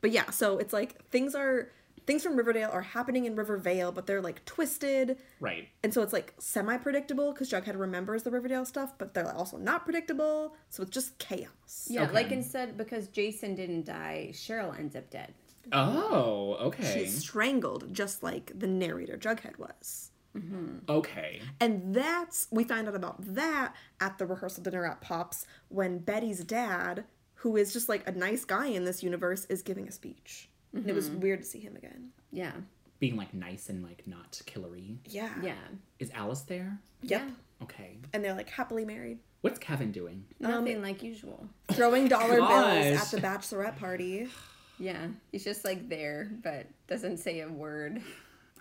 S1: But yeah, so it's like things are things from Riverdale are happening in Rivervale, but they're like twisted.
S2: Right.
S1: And so it's like semi predictable because Jughead remembers the Riverdale stuff, but they're also not predictable. So it's just chaos.
S3: Yeah,
S2: Okay.
S3: like instead because Jason didn't die, Cheryl ends up dead.
S2: Oh, okay.
S1: She's strangled, just like the narrator Jughead was.
S2: Okay.
S1: And that's, we find out about that at the rehearsal dinner at Pop's when Betty's dad, who is just like a nice guy in this universe, is giving a speech. And it was
S3: Mm-hmm.
S1: weird to see him again.
S3: Yeah.
S2: Being like nice and like not killery.
S1: Yeah.
S3: Yeah.
S2: Is Alice there?
S1: Yep.
S3: Yeah.
S2: Okay.
S1: And they're like happily married,
S2: What's Kevin doing?
S3: Nothing like usual.
S1: throwing dollar bills at
S2: Gosh.
S1: the bachelorette party.
S3: Yeah. He's just like there, but doesn't say a word.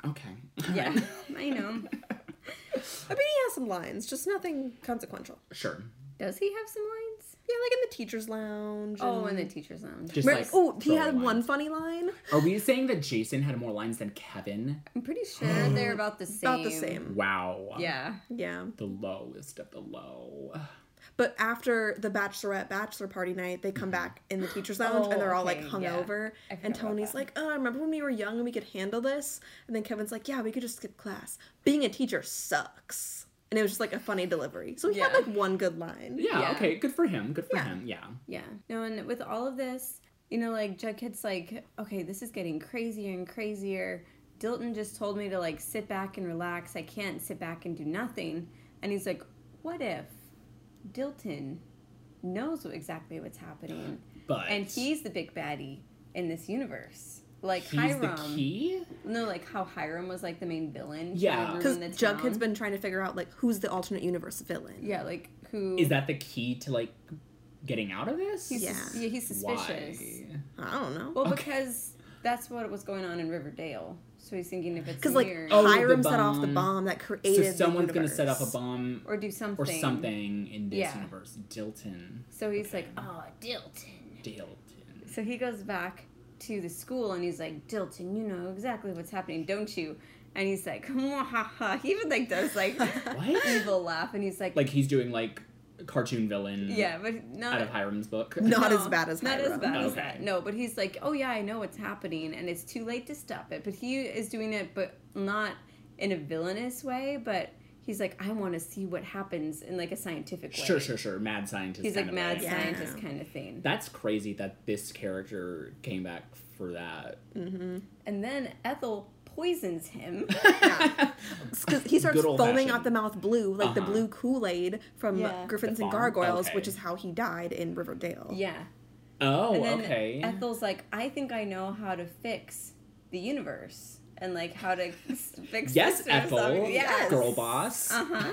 S2: Okay.
S3: Yeah. I know.
S1: I mean, he has some lines, just nothing consequential.
S2: Sure.
S3: Does he have some lines?
S1: Yeah, like in the teacher's lounge.
S3: Oh, in
S1: and
S3: the
S2: Mm.
S3: teacher's lounge.
S2: Just
S1: Remember-
S2: like
S1: oh, he
S2: throwing
S1: had one
S2: lines.
S1: funny line
S2: Are we saying that Jason had more lines than Kevin?
S3: I'm pretty
S2: Mm.
S3: sure they're about the same.
S1: about the same.
S2: Wow.
S3: Yeah.
S1: Yeah,
S2: The lowest of the low.
S1: but after the bachelorette bachelor party night, they
S2: Mm-hmm.
S1: come back in the teacher's lounge
S3: Oh,
S1: and they're all
S3: okay,
S1: like
S3: yeah.
S1: hungover.
S3: I forgot
S1: And
S3: about
S1: Tony's
S3: that.
S1: like, "Oh, remember when we were young and we could handle this?" And then Kevin's like, "Yeah, we could just skip class. Being a teacher sucks." And it was just like a funny delivery. So he had
S3: Yeah.
S1: like one good line.
S2: Yeah,
S3: Yeah.
S2: Okay. Good for him. Good for
S1: Yeah.
S2: him. Yeah.
S3: Yeah. No, and with all of this, you know, like Jughead's like, okay, this is getting crazier and crazier. Dilton just told me to like sit back and relax. I can't sit back and do nothing. And he's like, what if Dilton knows what- exactly what's happening?
S2: But
S3: And he's the big baddie in this universe. Like
S2: he's
S3: Hiram.
S2: the key.
S3: No, like how Hiram was like the main villain. who
S2: Yeah.
S1: Because
S3: ruined the
S1: Jughead's
S3: town.
S1: been trying to figure out like who's the alternate universe villain.
S3: Yeah, like who.
S2: Is that the key to like getting out of this?
S3: He's
S1: Yeah.
S3: sus- yeah, he's suspicious.
S2: Why?
S1: I don't know.
S3: Well,
S2: Okay.
S3: because that's what was going on in Riverdale. So he's thinking if it's
S1: Because like
S3: weird,
S2: Oh, the
S1: Hiram set off the
S2: bomb.
S1: bomb that
S2: So
S1: created. the
S2: someone's gonna set off a
S1: universe.
S2: bomb
S3: or do something
S2: or something in this
S3: Yeah.
S2: universe. Dilton.
S3: So he's
S2: Okay.
S3: like, oh, Dilton.
S2: Dilton.
S3: So he goes back to the school and he's like, Dilton, you know exactly what's happening, don't you? And he's like, Mwahaha. He even like does like
S2: What?
S3: evil laugh, and he's like,
S2: like he's doing like cartoon villain.
S3: yeah, but
S2: Out
S3: not.
S2: of Hiram's book.
S1: Not
S3: no,
S1: as bad as
S3: not
S1: Hiram.
S3: as bad as
S2: Okay.
S3: that. No, but he's like, oh yeah, I know what's happening, and it's too late to stop it. But he is doing it, but not in a villainous way. But he's like, I want to see what happens in like a scientific way.
S2: Sure, sure, sure. Mad scientist.
S3: He's like
S2: kind of
S3: mad
S2: way.
S1: Yeah.
S3: scientist kind of thing.
S2: That's crazy that this character came back for that.
S3: And then Ethel poisons him.
S1: because he starts
S2: Good old
S1: foaming
S2: fashioned.
S1: out the mouth blue, like the
S2: Uh-huh.
S1: blue Kool Aid from
S3: Yeah.
S1: Griffins
S2: The
S1: and
S2: farm?
S1: Gargoyles,
S2: Okay.
S1: which is how he died in Riverdale.
S3: yeah.
S2: Oh,
S3: And then
S2: okay.
S3: Ethel's like, I think I know how to fix the universe and like how to fix
S2: yes,
S3: this or
S2: Ethel.
S3: something." Yes.
S2: Girl boss.
S3: Uh huh.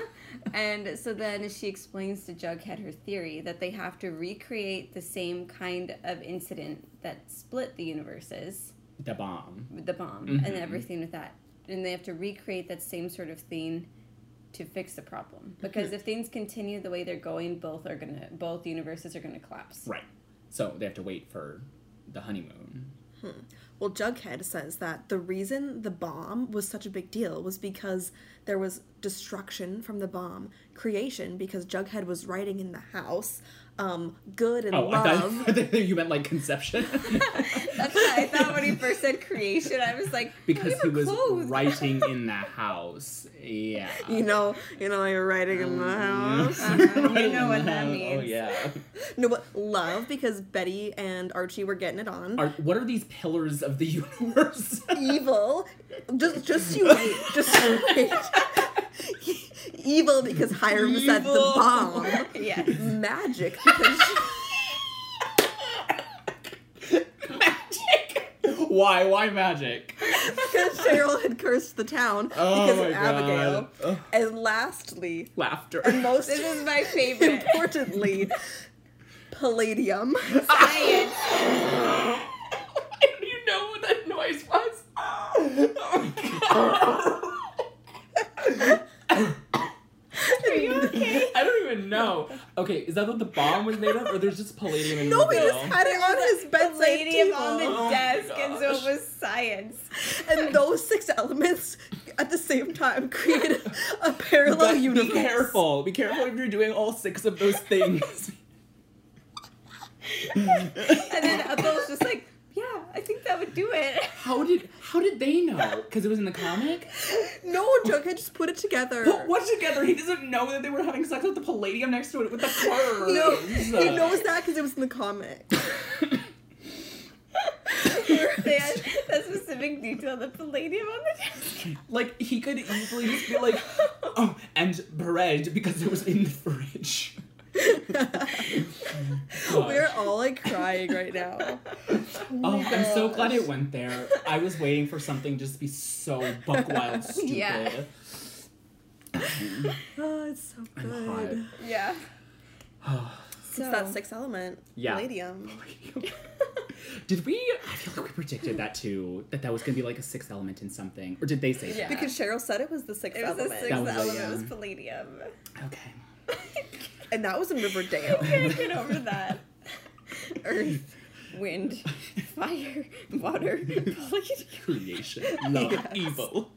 S3: and so then she explains to Jughead her theory that they have to recreate the same kind of incident that split the universes
S2: The bomb.
S3: with the bomb
S2: Mm-hmm.
S3: and everything with that. And they have to recreate that same sort of thing to fix the problem. Because if things continue the way they're going, both are gonna both universes are gonna collapse.
S2: Right. So they have to wait for the honeymoon.
S1: Well, Jughead says that the reason the bomb was such a big deal was because there was destruction from the bomb, creation because Jughead was writing in the house, um, good and
S2: Oh, I
S1: love.
S2: thought, I thought you meant like conception.
S3: That's what I thought when he first said creation. I was like,
S2: because
S3: we
S2: he was
S3: close.
S2: writing in the house. Yeah.
S1: you know, you know, you're writing in the
S2: Mm-hmm.
S1: house.
S3: Uh-huh, you know what that
S2: Oh,
S3: means.
S2: yeah.
S1: No, but love because Betty and Archie were getting it on.
S2: Are, what are these pillars of the universe?
S1: evil. Just, just you wait. Just you wait. evil because Hiram said the
S2: Evil.
S1: bomb.
S3: Yes.
S1: Magic because
S2: magic. Why? Why magic?
S1: because Cheryl had cursed the town
S2: Oh
S1: because
S2: my
S1: of Abigail.
S2: God. Ugh.
S1: And lastly,
S2: Laughter.
S1: and most
S3: This is my favorite.
S1: importantly, palladium.
S3: Science.
S2: I don't even know what that noise was. Oh my god.
S1: And
S3: okay?
S2: I don't even know. Okay, is that what the bomb was made of, or there's just palladium in
S1: No,
S2: the
S1: he
S2: middle?
S1: just had it on his bedside
S3: Palladium
S1: table.
S3: on the
S2: Oh my
S3: desk, and so
S2: gosh.
S3: it was science.
S1: and those six elements at the same time create a parallel
S2: But
S1: universe.
S2: Be careful. Be careful if you're doing all six of those things.
S3: And then Ethel's just like, yeah, I think that would do it.
S2: How did how did they know? Because it was in the comic.
S1: No, Jughead just put it together.
S2: Put what together? He doesn't know that they were having sex with the palladium next to it with the fur.
S1: No, he knows that because it was in the comic.
S3: they had that specific detail, the palladium on the desk.
S2: Like he could easily just be like, oh, and bread because it was in the fridge.
S1: We're all like crying right now.
S2: Oh, I'm so
S1: gosh.
S2: glad it went there. I was waiting for something just to be so buck wild stupid.
S3: Yeah.
S1: Oh, it's so
S2: I'm
S1: good.
S3: Yeah. So,
S1: It's that six element.
S2: Yeah.
S1: Palladium.
S2: hot. Did we? I feel like we predicted that too. That that was gonna be like a sixth element in something, or did they say
S3: Yeah.
S2: that?
S1: Because Cheryl said it was the sixth
S3: it was a
S1: element.
S3: sixth
S2: That was a,
S3: element,
S2: yeah.
S3: it was palladium.
S2: Okay.
S1: And that was in Riverdale.
S3: Can't get over that. Earth, wind, fire, water, palladium.
S2: Creation, love,
S1: Yes.
S2: evil,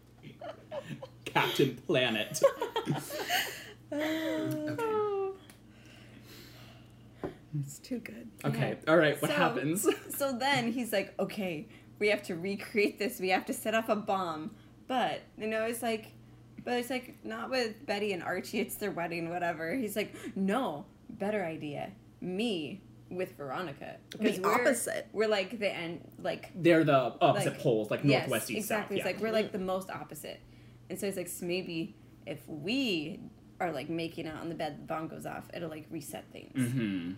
S2: Captain Planet. Okay.
S3: Oh.
S1: it's too good.
S2: Okay. All right. What
S3: So-
S2: happens?
S3: So then he's like, okay, we have to recreate this. We have to set off a bomb. But, you know, it's like, but it's like, not with Betty and Archie, it's their wedding, whatever. He's like, no, better idea. Me with Veronica. Because
S1: The
S3: we're-
S1: opposite.
S3: We're like the end, like,
S2: They're the opposite
S3: Like,
S2: poles, like
S3: yes,
S2: northwest, east,
S3: exactly.
S2: south.
S3: It's like, we're like the most opposite. And so it's like, so maybe if we are like making out on the bed, the bomb goes off, it'll like reset things.
S2: hmm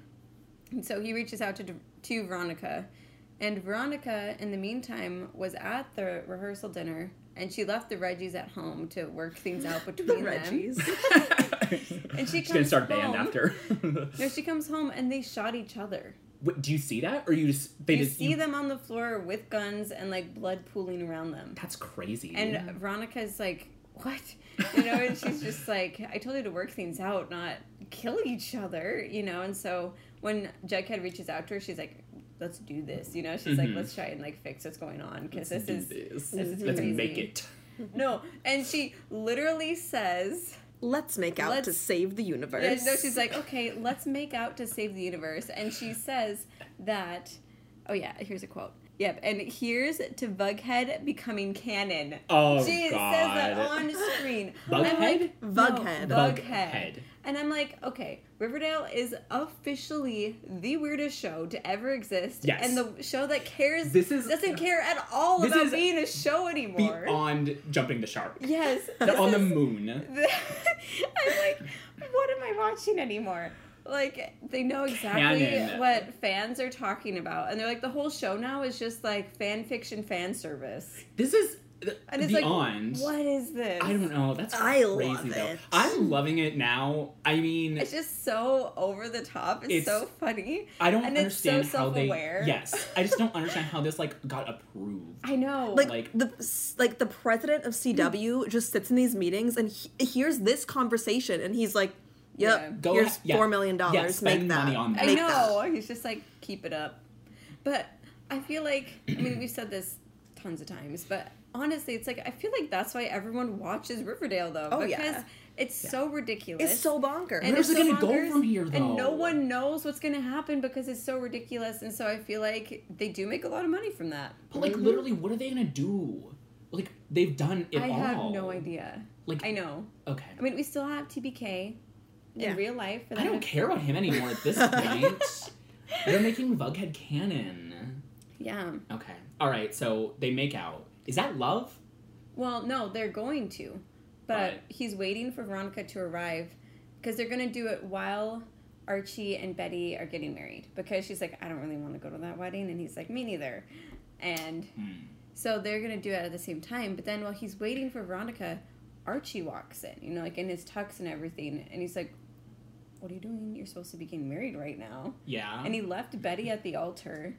S3: And so he reaches out to to Veronica, and Veronica, in the meantime, was at the rehearsal dinner, and she left the Reggies at home to work things out
S1: The
S3: between them.
S1: Reggies.
S3: And she
S2: Mm-hmm. She's gonna
S3: comes
S2: start band
S3: home.
S2: after.
S3: No, she comes home and they shot each other.
S2: Wait, do you see that, or you just they
S3: you
S2: just
S3: see them on the floor with guns and like blood pooling around them.
S2: That's crazy.
S3: And Veronica's like, "What?" You know, and she's just like, "I told you to work things out, not kill each other." You know, and so when Jughead reaches out to her, she's like, "Let's do this." You know, she's like,
S2: Mhm.
S3: "Let's try and like fix what's going on because
S2: Let's
S3: this
S2: do
S3: is
S2: this.
S3: this is
S2: Let's
S3: crazy."
S2: make it.
S3: no." And she literally says,
S1: Let's make out to
S3: Let's-
S1: save the universe.
S3: yeah, "No." She's like, "Okay, let's make out to save the universe," and she says that. Oh yeah, here's a quote. Yep, and here's to Bughead becoming canon.
S2: Oh
S3: she
S2: God.
S3: says that on screen. I'm like,
S2: Bughead.
S1: Bughead.
S3: No, Bughead.
S2: Bughead.
S3: And I'm like, okay, Riverdale is officially the weirdest show to ever exist.
S2: Yes.
S3: And the show that cares
S2: This is-
S3: doesn't care at all
S2: This
S3: about
S2: is
S3: being a show anymore.
S2: Beyond jumping the shark.
S3: yes.
S2: They're
S3: this
S2: on the
S3: is-
S2: moon.
S3: the- I'm like, what am I watching anymore? Like they know exactly
S2: Canon.
S3: what fans are talking about, and they're like the whole show now is just like fan fiction, fan service,
S2: This is th-
S3: and it's
S2: beyond.
S3: like, what is this?
S2: I don't know. That's
S1: I
S2: crazy
S1: love
S2: though.
S1: it.
S2: I'm loving it now. I mean,
S3: It's just so over the top. It's,
S2: It's-
S3: so funny.
S2: I don't
S3: and it's so
S2: understand how they.
S3: self-aware.
S2: Yes, I just don't understand how this like got approved.
S3: I know.
S1: like,
S2: like- Hmm.
S1: the like the president of CW just sits in these meetings and he hears this conversation and he's like, "Yep,
S3: Yeah.
S2: Go
S1: here's
S2: ahead. Yeah.
S1: four million dollars.
S2: Yeah, spend
S1: Make that.
S2: money on that.
S3: I
S1: Make
S3: know. He's just like, keep it up. But I feel like, I mean, we've said this tons of times, but honestly, it's like, I feel like that's why everyone watches Riverdale, though.
S1: Oh,
S3: because
S1: yeah.
S3: it's so ridiculous.
S1: It's so bonkers.
S3: And
S2: Where's
S3: it's
S2: it
S3: so
S2: gonna go
S3: bonkers,
S2: from here,
S3: And
S2: though?
S3: no one knows what's going to happen because it's so ridiculous. And so I feel like they do make a lot of money from that.
S2: But like, literally, what are they gonna do? Like, they've done it
S3: I
S2: all.
S3: have no idea.
S2: Like,
S3: I know.
S2: okay.
S3: I mean, we still have TBK
S1: Yeah.
S3: in real life. and
S2: I
S3: then
S2: don't
S3: if-
S2: care about him anymore at this point. They're making Bughead canon.
S3: Yeah.
S2: Okay. All right. So they make out. Is that love?
S3: Well, no, they're going to, but
S2: Right.
S3: he's waiting for Veronica to arrive because they're gonna do it while Archie and Betty are getting married because she's like, I don't really want to go to that wedding, and he's like, me neither, and
S2: Hmm.
S3: so they're gonna do it at the same time. But then while he's waiting for Veronica, Archie walks in, you know, like in his tux and everything, and he's like, What are you doing? You're supposed to be getting married right now,
S2: Yeah.
S3: and he left Betty at the altar.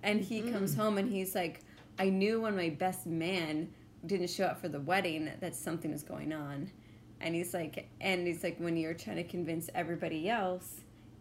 S3: And he
S2: Mm-hmm.
S3: comes home and he's like, I knew when my best man didn't show up for the wedding that something was going on. and he's like and he's like when you're trying to convince everybody else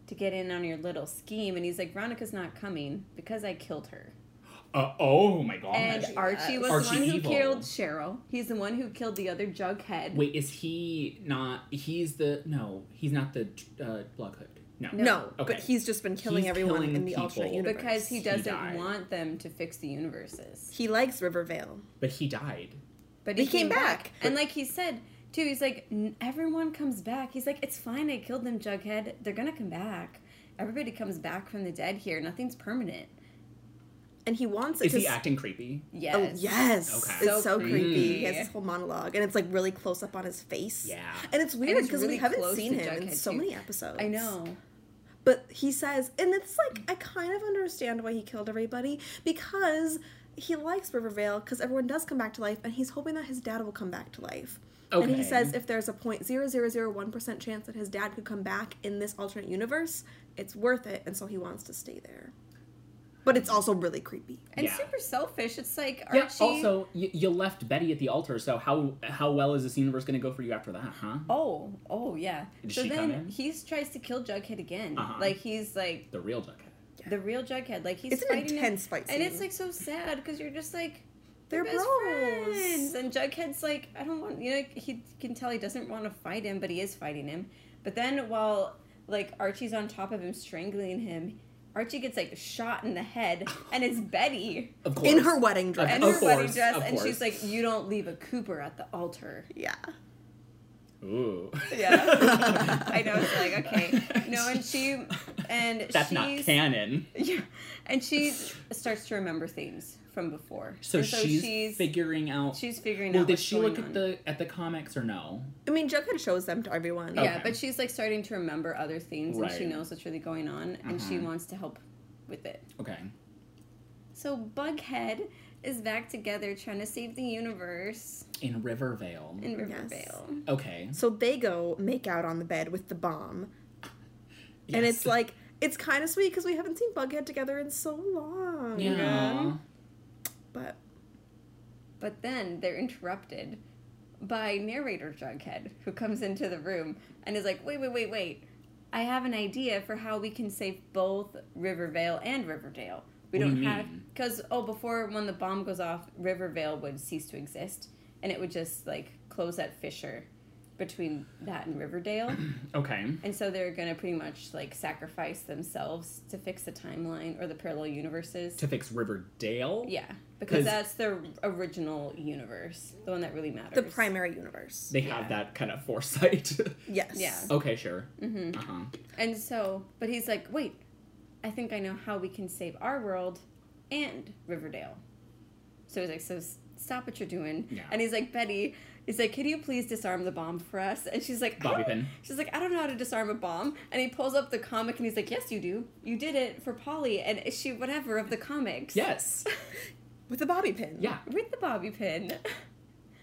S3: to get in on your little scheme and he's like Veronica's not coming because I killed her.
S2: Uh, oh my god.
S3: and
S1: yes.
S3: Archie was
S2: Archie
S3: the one
S2: evil.
S3: who killed Cheryl. He's the one who killed the other Jughead.
S2: Wait, is he not? He's the no. He's not the uh, block hood. No.
S1: No,
S2: Okay.
S1: but he's just been killing
S2: He's
S1: everyone
S2: killing
S1: in the
S2: people.
S1: alternate universe
S3: because he
S2: He
S3: doesn't
S2: died.
S3: want them to fix the universes.
S1: he likes Rivervale.
S2: But he died.
S3: But
S1: He came back.
S3: And like he said, too, he's like, "N- everyone comes back. He's like, it's fine. I killed them, Jughead. They're going to come back. Everybody comes back from the dead here. Nothing's permanent.
S2: Oh,
S1: and he wants it
S2: Is
S1: to.
S2: he
S1: s-
S2: acting creepy?
S3: Yes.
S1: Oh yes,
S2: Okay.
S1: it's so,
S3: So
S1: creepy.
S3: creepy.
S1: He has this whole monologue, and it's like really close up on his face.
S2: Yeah.
S1: and it's weird
S3: it's
S1: because
S3: really
S1: we haven't
S3: close
S1: seen
S3: to
S1: him in
S3: Jughead,
S1: so
S3: too.
S1: many episodes.
S3: I know.
S1: but he says, and it's like I kind of understand why he killed everybody because he likes Rivervale because everyone does come back to life, and he's hoping that his dad will come back to life. And
S2: Okay.
S1: he says if there's a point zero zero zero one percent chance that his dad could come back in this alternate universe, it's worth it, and so he wants to stay there. But it's also really creepy.
S3: And
S2: Yeah.
S3: super selfish. It's like Archie.
S2: Yeah. Also, you, you left Betty at the altar, so how how well is this universe going to go for you after that, huh?
S3: Oh, oh yeah.
S2: Did
S3: so
S2: she come
S3: then
S2: in?
S3: he tries to kill Jughead again.
S2: Uh-huh.
S3: Like he's like
S2: The real Jughead.
S3: the real Jughead. Like he's
S1: It's an
S3: fighting him.
S1: intense fight
S3: and it's
S1: scene.
S3: like so sad because you're just like
S1: They're
S3: best
S1: bros.
S3: friends. And Jughead's like, I don't want you know. He can tell he doesn't want to fight him, but he is fighting him. But then while like Archie's on top of him strangling him, Archie gets like shot in the head, and it's Betty
S2: Of course.
S1: in her wedding dress.
S3: and
S2: Of
S3: her wedding
S2: course,
S3: dress,
S2: of
S3: and she's
S2: course.
S3: like, "You don't leave a Cooper at the altar."
S1: Yeah.
S2: Ooh.
S3: Yeah. I know. It's like okay, no, and she and
S2: That's not
S3: she's-
S2: canon.
S3: Yeah, and she starts to remember things from before.
S2: So,
S3: And
S2: she's, figuring out.
S3: she's figuring
S2: well,
S3: out.
S2: did
S3: what's
S2: she look
S3: going
S2: at
S3: on.
S2: the at the comics or no?
S1: I mean, Jughead shows them to everyone.
S2: Okay.
S3: Yeah, but she's like starting to remember other things, and she
S2: Right.
S3: knows what's really going on, and she
S2: Mhm.
S3: wants to help with it.
S2: Okay.
S3: So Bughead is back together, trying to save the universe
S2: In Rivervale.
S3: in
S1: Yes.
S3: Riverdale.
S2: okay.
S1: So they go make out on the bed with the bomb. And it's
S2: Yes.
S1: like, it's kind of sweet because we haven't seen Bughead together in so long.
S2: Yeah.
S1: But
S3: But then they're interrupted by narrator Jughead, who comes into the room and is like, wait, wait, wait, wait. I have an idea for how we can save both Rivervale and Riverdale. We
S2: What do
S3: don't
S2: you
S3: have.
S2: mean?
S3: Because, oh, before when the bomb goes off, Rivervale would cease to exist and it would just, like, close that fissure between that and Riverdale.
S2: Okay.
S3: and so they're going to pretty much, like, sacrifice themselves to fix the timeline or the parallel universes.
S2: To fix Riverdale.
S3: Yeah, because
S2: 'Cause-
S3: that's their original universe, the one that really matters.
S1: the primary universe.
S2: They
S3: Yeah.
S2: have that kind of foresight.
S1: yes.
S3: Yeah.
S2: okay, sure.
S3: hmm
S2: Uh huh.
S3: And so, but he's like, wait, I think I know how we can save our world and Riverdale. So he's like, so s- stop what you're doing.
S2: Yeah.
S3: And he's like, Betty, he's like, could you please disarm the bomb for us? And she's like, I
S2: Bobby
S3: don't-
S2: pin.
S3: She's like, I don't know how to disarm a bomb. And he pulls up the comic and he's like, yes, you do. You did it for Polly and issue whatever of the comics.
S2: Yes.
S1: With a bobby pin.
S2: Yeah.
S3: With the bobby pin.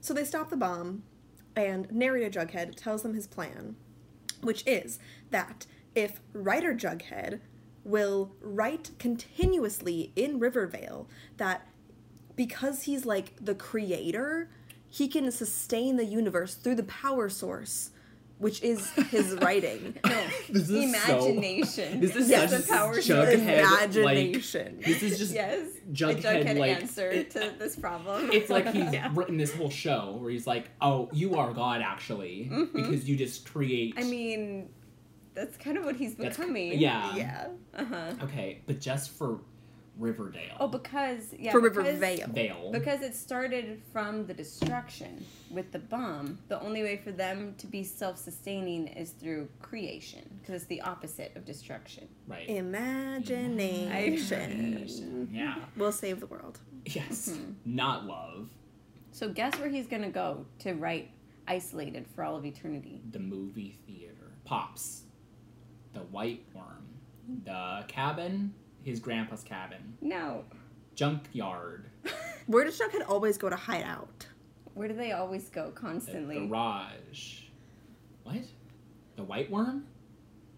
S1: So they stop the bomb, and narrator Jughead tells them his plan, which is that if writer Jughead will write continuously in Rivervale, that because he's like the creator, he can sustain the universe through the power source, which is his writing.
S3: No,
S2: This is so-
S3: imagination.
S2: This is
S1: Yes,
S2: such
S1: the power
S2: Jughead. Like,
S1: Imagination.
S2: this is just
S3: yes,
S2: Jughead,
S3: a Jughead
S2: like-
S3: answer to this problem.
S2: It's like he's written this whole show where he's like, "Oh, you are God, actually, because you just create."
S3: Mm-hmm. I mean, that's kind of what he's
S2: That's-
S3: becoming.
S2: yeah.
S1: yeah.
S3: Uh huh.
S2: Okay, but just for Riverdale.
S3: Oh, because yeah.
S1: For
S3: because-
S1: Rivervale.
S2: Vale.
S3: Because it started from the destruction with the bomb. The only way for them to be self-sustaining is through creation, because it's the opposite of destruction.
S2: right.
S1: Imagination.
S2: Yeah.
S1: We'll save the world.
S2: Yes. Not love.
S3: So guess where he's gonna go to write "Isolated for All of Eternity."
S2: The movie theater. Pops. The white worm. The cabin. His grandpa's cabin.
S3: No,
S2: Junkyard.
S1: Where does Jughead always go to hide out?
S3: where do they always go
S2: The
S3: constantly?
S2: garage. What? The white worm?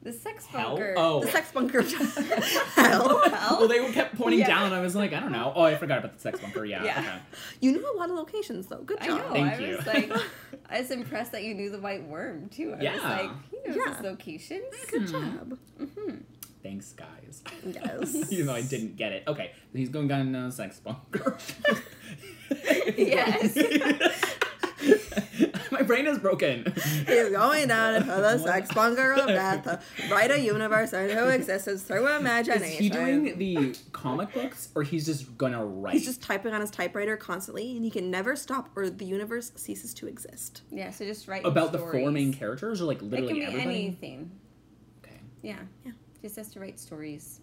S3: The sex
S2: Hell?
S3: bunker.
S2: Oh.
S1: The sex bunker of hell.
S3: Hell?
S2: Well, they kept pointing
S3: Yeah.
S2: down, and I was like, I don't know. Oh, I forgot about the sex bunker. Yeah.
S3: Yeah.
S2: okay.
S1: You know a lot of locations though. Good
S3: I
S1: job.
S3: know.
S2: Thank
S3: I
S2: you.
S3: was like, I was impressed that you knew the white worm too. I was
S2: Yeah.
S3: like, he knows
S1: Yeah.
S3: his locations. Mm-hmm.
S1: Good
S2: Hmm.
S1: job.
S2: Thanks, guys.
S1: Yes.
S2: Even though I didn't get it. Okay, he's going down a sex bunker.
S3: Yes.
S2: My brain is broken.
S1: He's going down into the
S2: What?
S1: sex bunker of death. Write a universe into existence through imagination.
S2: Is he doing the comic books, or he's just gonna write?
S1: He's just typing on his typewriter constantly, and he can never stop, or the universe ceases to exist.
S3: Yeah, so just write
S2: about the
S3: stories.
S2: four main characters, or like
S3: It
S2: literally
S3: can be
S2: everybody.
S3: anything.
S2: Okay.
S3: Yeah.
S1: Yeah.
S3: Just has to write stories.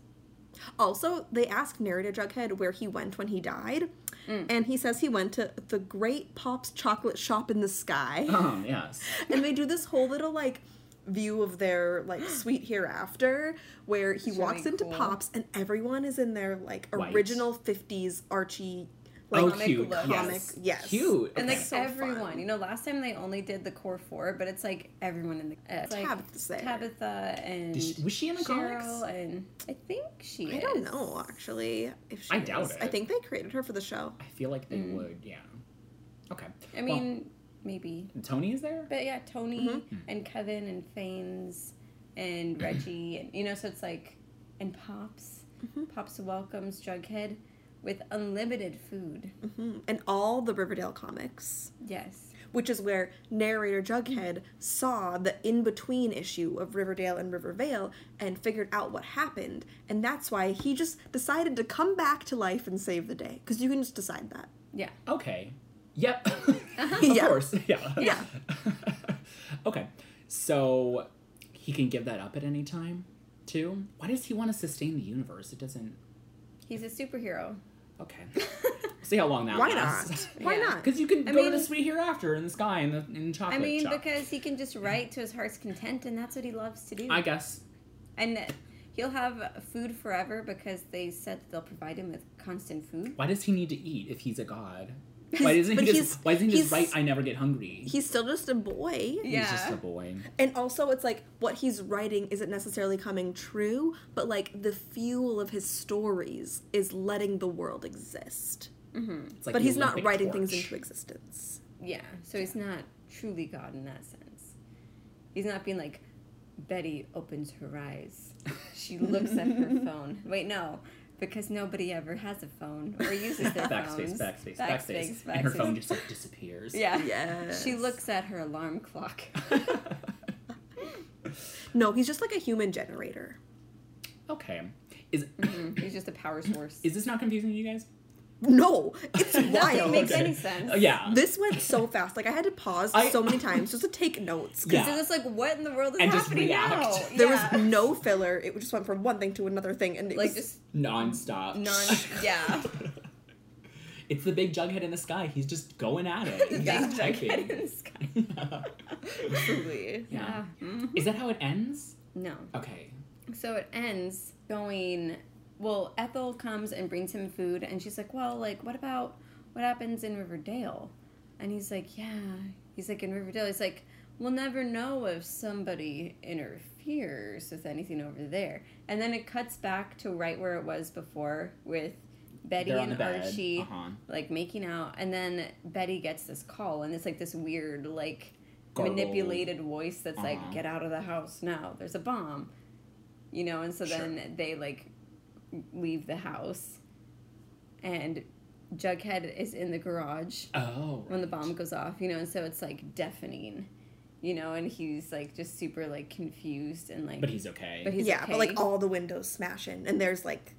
S1: Also, they asked narrator Jughead where he went when he died,
S3: Mm.
S1: and he says he went to the Great Pop's Chocolate Shop in the Sky.
S2: Oh yes.
S1: and they do this whole little like view of their like sweet hereafter where he
S3: It's
S1: walks
S3: really
S1: into
S3: cool.
S1: pops and everyone is in their like
S2: White.
S1: original 50s archie like
S2: oh,
S3: comic
S2: cute.
S3: look.
S1: comic
S2: Yes.
S1: yes
S2: Cute.
S3: And
S2: okay.
S3: like
S1: So
S3: everyone,
S1: fun.
S3: you know, last time they only did the core four, but it's like everyone in the uh, it's like
S1: Tabitha's there.
S3: Tabitha and
S2: Did she- was she in the
S3: Cheryl
S2: comics?
S3: and I think she.
S1: i don't
S3: is.
S1: know actually if she
S2: I doubt
S1: is.
S2: it.
S1: i think they created her for the show
S2: I feel like they
S3: Mm.
S2: would. Yeah. Okay.
S3: I mean, maybe.
S2: Tony is there.
S3: But yeah, Tony
S1: Mhm.
S3: and Kevin and Fanes and Reggie and you know, so it's like and Pops.
S1: Mhm.
S3: Pops welcomes Jughead with unlimited food.
S1: hmm and all the riverdale comics
S3: Yes.
S1: which is where narrator Jughead saw the in between issue of Riverdale and Rivervale and figured out what happened. And that's why he just decided to come back to life and save the day. Because you can just decide that.
S3: Yeah.
S2: Okay. Yep. of
S1: Uh-huh. Yeah.
S2: course. Yeah.
S1: Yeah.
S2: okay. So he can give that up at any time, too. Why does he want to sustain the universe? It doesn't.
S3: He's a superhero.
S2: Okay. See how long that
S1: Why
S2: lasts.
S1: not? Why
S3: Yeah.
S1: not?
S2: Because you can
S3: I
S2: go
S3: mean-
S2: to the sweet hereafter in the sky and the in
S3: I
S2: chocolate.
S3: mean,
S2: shop.
S3: because he can just write to his heart's content, and that's what he loves to do.
S2: I guess.
S3: and he'll have food forever because they said that they'll provide him with constant food.
S2: Why does he need to eat if he's a god? Why doesn't he
S1: But
S2: just?
S1: he's-
S2: why doesn't he just
S1: he's-
S2: write? I never get hungry.
S1: He's still just a boy.
S2: He's just
S3: Yeah.
S2: a boy.
S1: And also, it's like what he's writing isn't necessarily coming true, but like the fuel of his stories is letting the world exist.
S3: hmm
S2: It's like
S1: but
S2: the
S1: he's not
S2: Olympic
S1: writing
S2: torch.
S1: things into existence.
S3: Yeah. So he's not truly God in that sense. He's not being like, Betty opens her eyes. She looks at her phone. Wait, no. Because nobody ever has a phone or uses their
S2: Backspace,
S3: phones.
S2: backspace, backspace,
S3: Backspace,
S2: and her
S3: backspace.
S2: phone just like disappears.
S3: Yeah.
S1: Yes.
S3: She looks at her alarm clock.
S1: No, he's just like a human generator.
S2: okay. Is
S3: Mhm. He's just a power source.
S2: is this not confusing to you guys?
S1: No, it's
S2: Nothing
S1: wild.
S3: Nothing makes
S2: Okay.
S3: any sense.
S2: Oh, yeah.
S1: This went so fast. Like I had to pause
S2: I-
S1: so many times just to take notes. 'cause
S2: Yeah.
S3: So it's like, what in the world is
S2: And just
S3: happening
S2: react.
S3: now?
S1: There
S3: Yeah.
S1: was no filler. It just went from one thing to another thing, and it
S3: like
S1: was,
S3: just
S2: nonstop.
S3: Non- yeah.
S2: It's the big jughead in the sky. He's just going at it. He's
S1: Yeah.
S2: just
S3: like, head
S2: typing.
S3: in the sky.
S1: truly.
S2: yeah.
S3: Mhm.
S2: Is that how it ends?
S3: No.
S2: Okay.
S3: So it ends going. Well, Ethel comes and brings him food, and she's like, "Well, like, what about what happens in Riverdale?" And he's like, "Yeah." He's like, "In Riverdale, he's like, we'll never know if somebody interferes with anything over there." And then it cuts back to right where it was before with Betty
S2: They're on the
S3: and
S2: bed.
S3: Archie.
S2: Uh-huh.
S3: like making out and then betty gets this call and it's like this weird like
S2: Garbled.
S3: manipulated voice that's
S2: Uh-huh.
S3: like get out of the house now there's a bomb you know and so then they like leave the house and jughead is in the garage
S2: Oh.
S3: when the
S2: right.
S3: bomb goes off you know and so it's like deafening you know and he's like just super like confused and like
S2: But he's okay.
S3: But he's
S1: yeah, but like
S3: okay.
S1: all the windows smashing, and there's like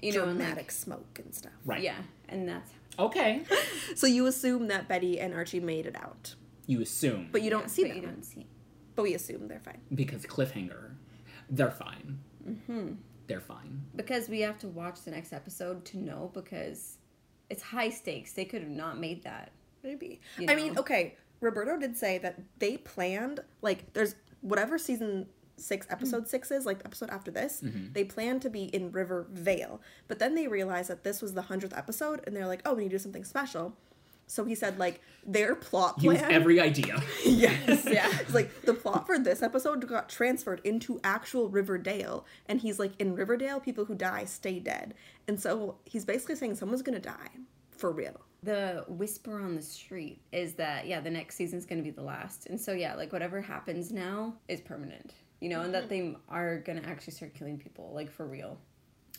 S3: you know and, like-
S1: dramatic smoke and stuff.
S2: right.
S3: yeah and that's
S2: Okay.
S1: So you assume that Betty and Archie made it out,
S2: You assume
S1: but you don't
S3: yeah,
S1: see
S3: but
S1: them.
S3: you don't see
S1: But we assume they're fine.
S2: because cliffhanger. They're fine.
S3: hmm
S2: They're fine.
S3: because we have to watch the next episode to know because it's high stakes. They could have not made that.
S1: Maybe.
S3: You
S1: I mean,
S3: know?
S1: okay. Roberto did say that they planned like there's whatever season six episode six is like the episode after this they planned to be in river vale but then they realized that this was the 100th episode and they're like oh we need to do something special So he said like their plot plan.
S2: Use every idea.
S1: yes.
S3: Yeah.
S1: It's like the plot for this episode got transferred into actual Riverdale, and he's like, in Riverdale, people who die stay dead, and so he's basically saying someone's gonna die for real.
S3: the whisper on the street is that yeah the next season's going to be the last and so yeah like whatever happens now is permanent you know and that
S1: Mm-hmm.
S3: they are going to actually start killing people like for real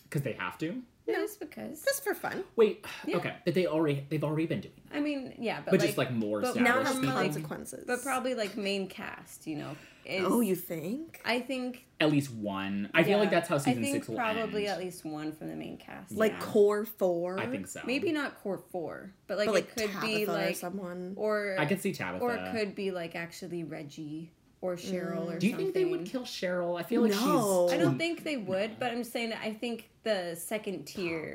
S2: Because they have to.
S3: just because
S1: Just for fun.
S2: Wait,
S3: Yeah.
S2: okay. But they already they've already been doing that.
S3: i mean yeah but,
S2: But
S3: like,
S2: just like more
S3: but
S1: Now
S2: established
S1: it has
S3: Probably,
S2: people.
S3: like-
S1: consequences.
S3: but probably like main cast you know is,
S1: Oh, you think?
S3: i think
S2: At least one. I feel like
S3: yeah,
S2: that's how season
S3: I think
S2: six will
S3: probably
S2: end.
S3: at least one from the main cast
S1: Like
S3: yeah.
S1: core four.
S2: I think so.
S3: maybe not core four but like,
S1: But like
S3: it could
S1: Tabitha
S3: be
S1: or
S3: like
S1: someone.
S3: or
S2: I could see Tabitha.
S3: or it could be like actually reggie or cheryl or
S2: Do you
S3: something
S2: think they would kill Cheryl? I feel like
S1: No.
S2: she's.
S3: I
S2: too-
S3: don't think they would, but I'm saying I think the second tier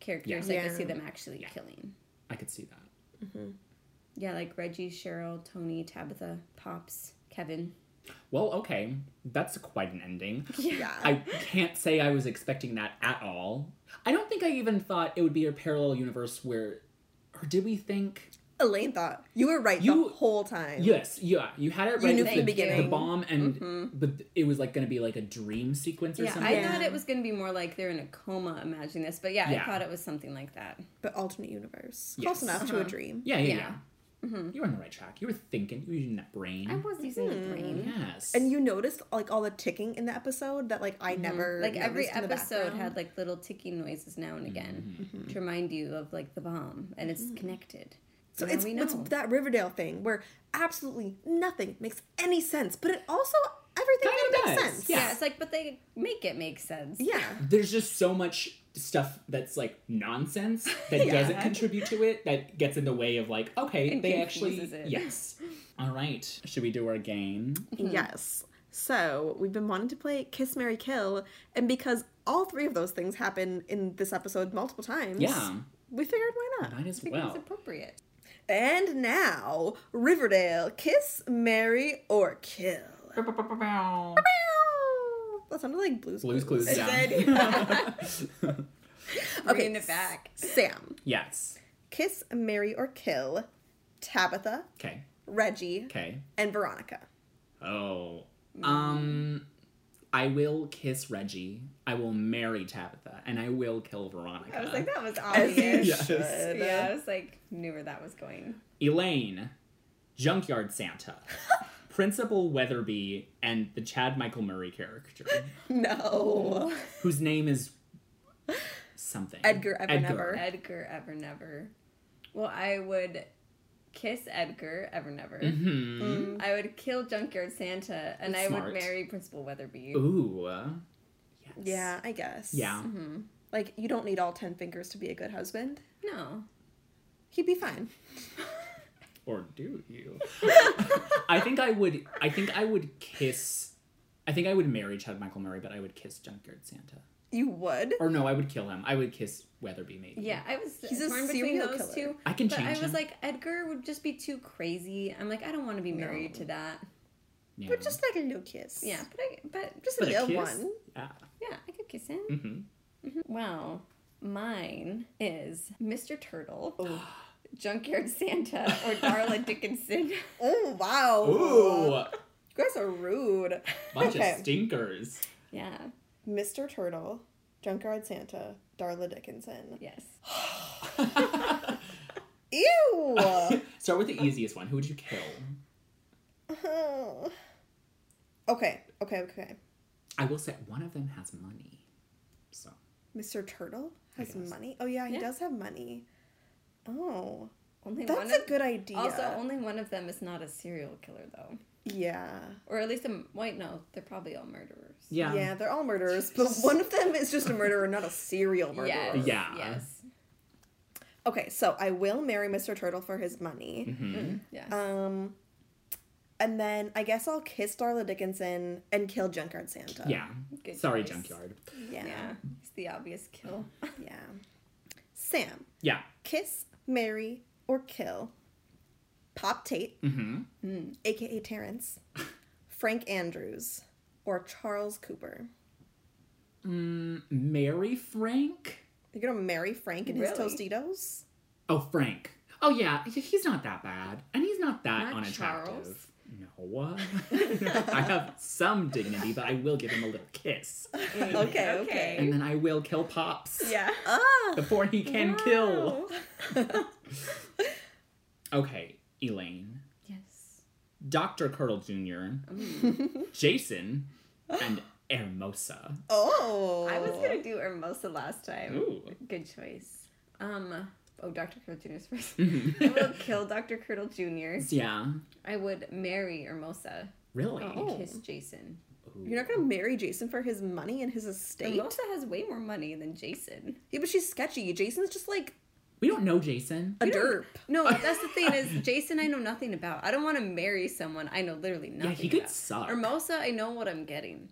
S3: characters I
S1: Yeah.
S3: could see them actually killing.
S2: I could see that.
S3: Yeah, like Reggie, Cheryl, Tony, Tabitha, Pops, Kevin.
S2: Well, okay, that's quite an ending.
S1: Yeah.
S2: I can't say I was expecting that at all. I don't think I even thought it would be a parallel universe where, or did we think?
S1: Elaine thought you were right
S2: You-
S1: the whole time.
S2: Yes, yeah, you had it right
S1: You knew
S2: with
S1: from the
S2: the
S1: beginning.
S2: bomb, and but it was like going to be like a dream sequence or
S3: Yeah,
S2: something.
S3: I
S1: something.
S3: thought
S1: Yeah.
S3: it was going to be more like they're in a coma. Imagine this, but yeah,
S2: Yeah.
S3: I thought it was something like that.
S1: But alternate universe,
S2: Yes.
S1: close enough to a
S3: Uh-huh.
S1: dream.
S2: yeah, yeah, yeah.
S3: Yeah. Mhm.
S2: You were on the right track. You were thinking. You were using that brain.
S3: I was using the brain.
S2: Yes.
S1: And you noticed like all the ticking in the episode that like I never
S3: Mm-hmm. Like every
S1: noticed in the
S3: episode
S1: background?
S3: had like little ticking noises now and again to remind you of like the bomb, and it's connected.
S1: So
S3: Now
S1: it's
S3: we know.
S1: it's that Riverdale thing where absolutely nothing makes any sense, but it also everything
S2: Kinda
S1: kind of makes
S2: does,
S1: sense.
S3: yeah.
S2: yeah.
S3: it's like, but they make it make sense.
S1: Yeah.
S2: there's just so much stuff that's like nonsense that
S1: Yeah.
S2: doesn't contribute to it that gets in the way of like okay
S3: And
S2: they actually
S3: confuses it.
S2: yes all right should we do our game
S1: Yes. So we've been wanting to play Kiss Mary Kill, and because all three of those things happen in this episode multiple times,
S2: Yeah.
S1: we figured why not.
S2: might as
S3: I think it's
S2: well
S3: appropriate.
S1: And now, Riverdale, kiss, marry, or kill. That sounded like Blue's
S2: blues clues
S1: I
S2: yeah.
S1: Okay.
S3: Bringing it back.
S1: Sam,
S2: yes
S1: kiss, marry, or kill Tabitha,
S2: okay
S1: Reggie,
S2: okay
S1: and Veronica.
S2: oh um i will kiss reggie i will marry tabitha and i will kill veronica
S3: I was like, that was
S1: As you
S3: obvious.
S2: Yes.
S1: should.
S3: Yeah, I was like, knew where that was going.
S2: Elaine, Junkyard Santa, Principal Weatherby, and the Chad Michael Murray character,
S1: No.
S2: whose name is something.
S1: Edgar Evernever.
S3: Edgar ever never. Well, I would kiss Edgar ever never.
S2: Mhm.
S3: I would kill Junkyard Santa, and
S2: That's
S3: I
S2: smart.
S3: would marry Principal Weatherby.
S2: Ooh. uh, Yes.
S1: Yeah, I guess.
S2: Yeah.
S3: Mm-hmm.
S1: Like, you don't need all 10 fingers to be a good husband.
S3: No,
S1: He'd be fine.
S2: Or do you? I think I would. I think I would kiss. I think I would marry Chad Michael Murray, but I would kiss Junkyard Santa.
S1: You would?
S2: Or no, I would kill him. I would kiss Weatherby, maybe.
S3: yeah, I was
S1: He's a
S3: torn between
S1: serial
S3: those
S1: killer.
S3: two.
S2: I can
S3: But I
S2: change
S3: was
S2: him.
S3: like, Edgar would just be too crazy. I'm like, I don't want to be married
S1: No.
S3: to that.
S2: Yeah.
S1: But just like a little kiss.
S3: Yeah, but I, but
S1: Just a
S2: But a
S1: little
S2: kiss?
S1: one.
S2: Yeah.
S3: yeah, I could kiss him.
S2: hmm
S3: Wow. Mine is Mr. Turtle, Junkyard Santa, or Darla Dickinson.
S1: Oh, wow.
S3: Oh.
S2: Ooh,
S1: You guys are rude.
S2: bunch
S1: Okay.
S2: of stinkers.
S3: Yeah.
S1: Mr. Turtle, Junkyard Santa, Darla Dickinson.
S3: Yes.
S1: Ew!
S2: Start with the easiest one. Who would you kill?
S1: okay, okay, okay.
S2: I will say one of them has money. So
S1: Mr. Turtle has
S2: guess.
S1: money. Oh, yeah, he
S3: Yeah.
S1: does have money. Oh,
S3: Only
S1: that's
S3: one
S1: a
S3: of,
S1: good idea.
S3: Also, only one of them is not a serial killer though,
S1: yeah.
S3: or at least a wait. No, they're probably all murderers.
S2: yeah.
S1: Yeah, they're all murderers, but one of them is just a murderer, not a serial murderer.
S3: Yes.
S2: Yeah.
S3: Yes.
S1: Okay, so I will marry Mr. Turtle for his money.
S2: Mhm.
S3: Yes.
S1: Um, and then I guess I'll kiss Darla Dickinson and kill Junkyard Santa.
S2: Yeah.
S3: Good
S2: Sorry,
S3: choice.
S2: junkyard.
S1: Yeah.
S3: Yeah. It's the obvious kill.
S1: Yeah. Sam,
S2: Yeah.
S1: kiss, marry, or kill Pop Tate,
S2: Mm-hmm.
S1: aka Terrence, Frank Andrews, or Charles Cooper.
S2: Mm, Mary Frank.
S1: You're gonna marry Frank and his
S3: Really?
S1: Tostitos?
S2: Oh, Frank. Oh yeah, he- he's not that bad, and he's not that
S3: Not
S2: unattractive. No, I have some dignity, but I will give him a little kiss,
S1: Okay,
S2: and then I will kill Pops
S3: Yeah.
S1: Ah.
S2: before he can kill.
S3: Wow.
S2: Okay, Elaine,
S3: Yes.
S2: Doctor Curdle Jr.,
S1: Mm.
S2: Jason, and Hermosa.
S1: Oh.
S3: I was gonna do Hermosa last time.
S2: Ooh.
S3: Good choice. Um. Oh, Dr. Curdle Jr.'s first. I will
S2: Mhm.
S3: kill Dr. Curdle Jr.
S2: yeah,
S3: I would marry Hermosa
S2: really.
S3: and
S1: Oh.
S3: kiss Jason.
S2: Ooh.
S1: You're not gonna marry Jason for his money and his estate.
S3: Hermosa has way more money than Jason.
S1: Yeah, but she's sketchy. Jason's just like
S2: We don't know Jason.
S1: a
S3: We don't-
S1: derp.
S3: No, that's the thing is Jason I know nothing about. I don't want to marry someone I know literally nothing
S2: yeah, he could
S3: about.
S2: suck.
S3: Hermosa, I know what I'm getting.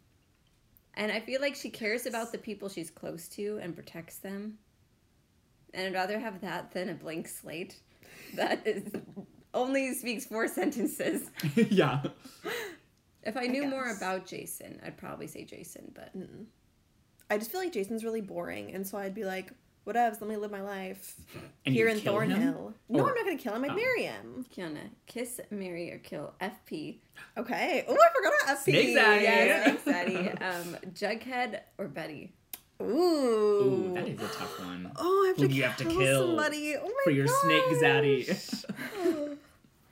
S3: And I feel like she cares about the people she's close to and protects them. And I'd rather have that than a blank slate that is only speaks four sentences.
S2: yeah.
S3: If I knew more
S1: guess.
S3: about Jason, I'd probably say Jason, but
S1: I just feel like Jason's really boring, and so I'd be like, whatevs, let me live my life
S2: And
S1: here
S2: you
S1: in
S2: kill him?
S1: Thornhill. No,
S2: Or-
S1: I'm not gonna kill him. I'd
S2: Oh.
S1: marry him.
S3: Kiana, kiss, marry, or kill FP.
S1: Okay. Oh, I forgot about FP.
S2: Snake Zaddy.
S3: Yes,
S1: Yes.
S3: thanks, Daddy. Um, Jughead or Betty?
S1: Ooh.
S2: Ooh, that is a tough one.
S1: Oh, I have
S2: Who
S1: to,
S2: do you
S1: kill
S2: have to kill
S1: somebody. Oh my
S2: For your snake
S1: gosh.
S2: zaddy.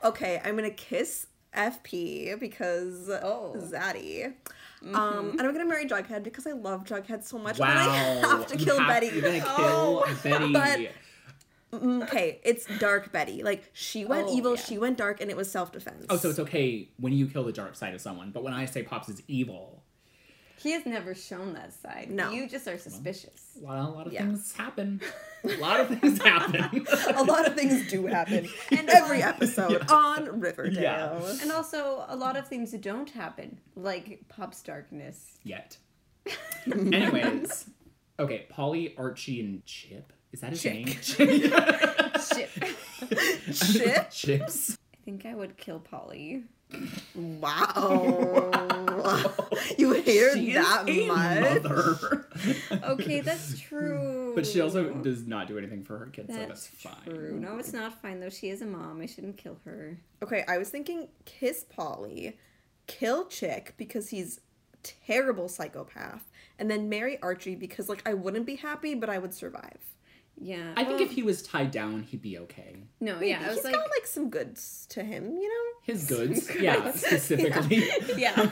S1: Okay, I'm gonna kiss FP because
S3: Oh.
S1: zaddy.
S2: Mm-hmm.
S1: Um, and I'm gonna marry Jughead because I love Jughead so much. and
S2: wow.
S1: I have to
S2: You
S1: kill
S2: have-
S1: Betty.
S2: You're gonna kill
S1: Oh.
S2: Betty.
S1: But Mm, Okay, it's dark Betty. Like she went
S3: Oh,
S1: evil,
S3: yeah.
S1: she went dark, and it was self defense.
S2: oh, so it's okay when you kill the dark side of someone, but when I say Pops is evil,
S3: He has never shown that side.
S1: No.
S3: You just are suspicious.
S2: a lot, a lot of
S1: Yeah.
S2: things happen. A lot of things happen.
S1: a lot of things do happen
S3: And
S1: every
S3: on-
S1: episode
S2: Yeah.
S1: on Riverdale.
S3: And also, a lot of things don't happen, like Pop's darkness.
S2: Yet. Anyways. Okay, Polly, Archie, and Chip. Is that his
S1: Chick.
S2: name? Chip.
S3: Shit. I
S1: Chip?
S2: Chips.
S3: think I would kill Polly.
S1: Wow, you hate her
S2: She is
S1: that
S2: a
S1: much?
S2: mother.
S3: Okay, that's true.
S2: But she also does not do anything for her kids, so that's
S3: That's
S2: fine.
S3: true. No, it's not fine though. She is a mom. I shouldn't kill her.
S1: Okay, I was thinking kiss Polly, kill Chick because he's terrible psychopath, and then marry Archie because like I wouldn't be happy, but I would survive.
S3: Yeah.
S2: I think
S3: well,
S2: if he was tied down, he'd be okay.
S3: No,
S1: Maybe.
S3: Oh, yeah. I was
S1: He's
S3: like.
S1: got like some goods to him, you know.
S2: His goods, yeah, specifically.
S3: yeah.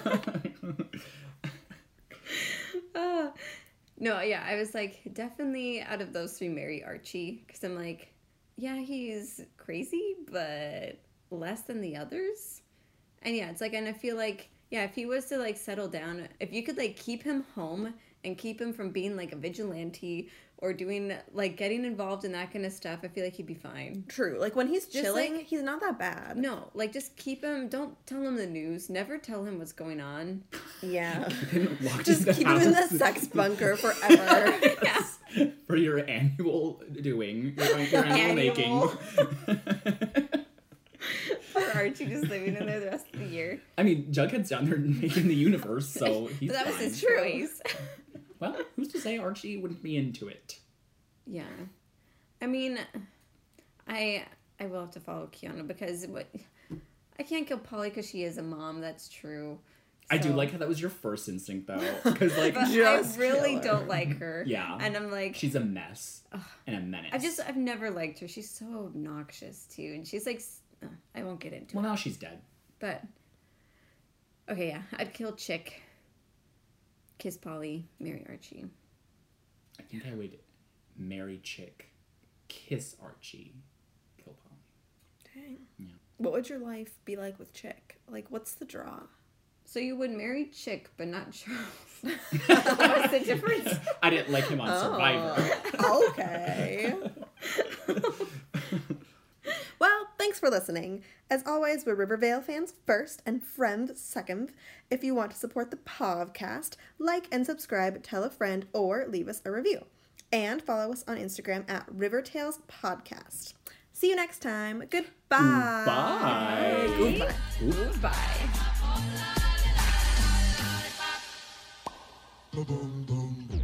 S3: Uh, no, yeah, I was like definitely out of those three, marry Archie because I'm like, yeah, he's crazy, but less than the others. And yeah, it's like, and I feel like, yeah, if he was to like settle down, if you could like keep him home and keep him from being like a vigilante or doing like getting involved in that kind of stuff, I feel like he'd be fine.
S1: True. Like when he's
S3: Just,
S1: chilling,
S3: like-
S1: he's not that bad.
S3: No, like just keep him. Don't tell him the news. Never tell him what's going on.
S1: Yeah.
S2: Locked
S1: Just
S2: the
S1: keep him in the
S2: house.
S1: sex bunker forever.
S3: Yeah.
S2: for your annual doing, your, your annual, making.
S3: Poor Archie just living in there the rest of the year.
S2: I mean, Jughead's down there making the universe, so he's
S3: But that was
S2: fine.
S3: his choice.
S2: Well, who's to say Archie wouldn't be into it?
S3: yeah. I mean, I I will have to follow Kiana because what I can't kill Polly because she is a mom. That's true.
S2: I do
S3: So-
S2: like how that was your first instinct, though, because like
S3: But
S1: Just
S3: I really
S1: kill her.
S3: don't like her.
S2: Yeah.
S3: And I'm like,
S2: she's a mess and a menace.
S3: I just I've never liked her. She's so obnoxious too, and she's like, s- uh, I won't get into
S2: well
S3: it,
S2: now she's dead.
S3: but. Okay, yeah, I'd kill Chick, kiss Polly, marry Archie.
S2: I think I would marry Chick, kiss Archie, kill Polly.
S1: Dang.
S2: Yeah.
S1: What would your life be like with Chick? Like, what's the draw?
S3: So you would marry Chick, but not Charles. What's the difference?
S2: I didn't like him on Survivor.
S1: Oh, okay. well, thanks for listening. As always, we're Rivervale fans first and friend second. If you want to support the podcast, like and subscribe, tell a friend, or leave us a review. And follow us on Instagram at Rivertales Podcast. See you next time. Goodbye.
S2: Bye.
S1: Goodbye.
S3: Goodbye.
S4: Boom, boom, boom.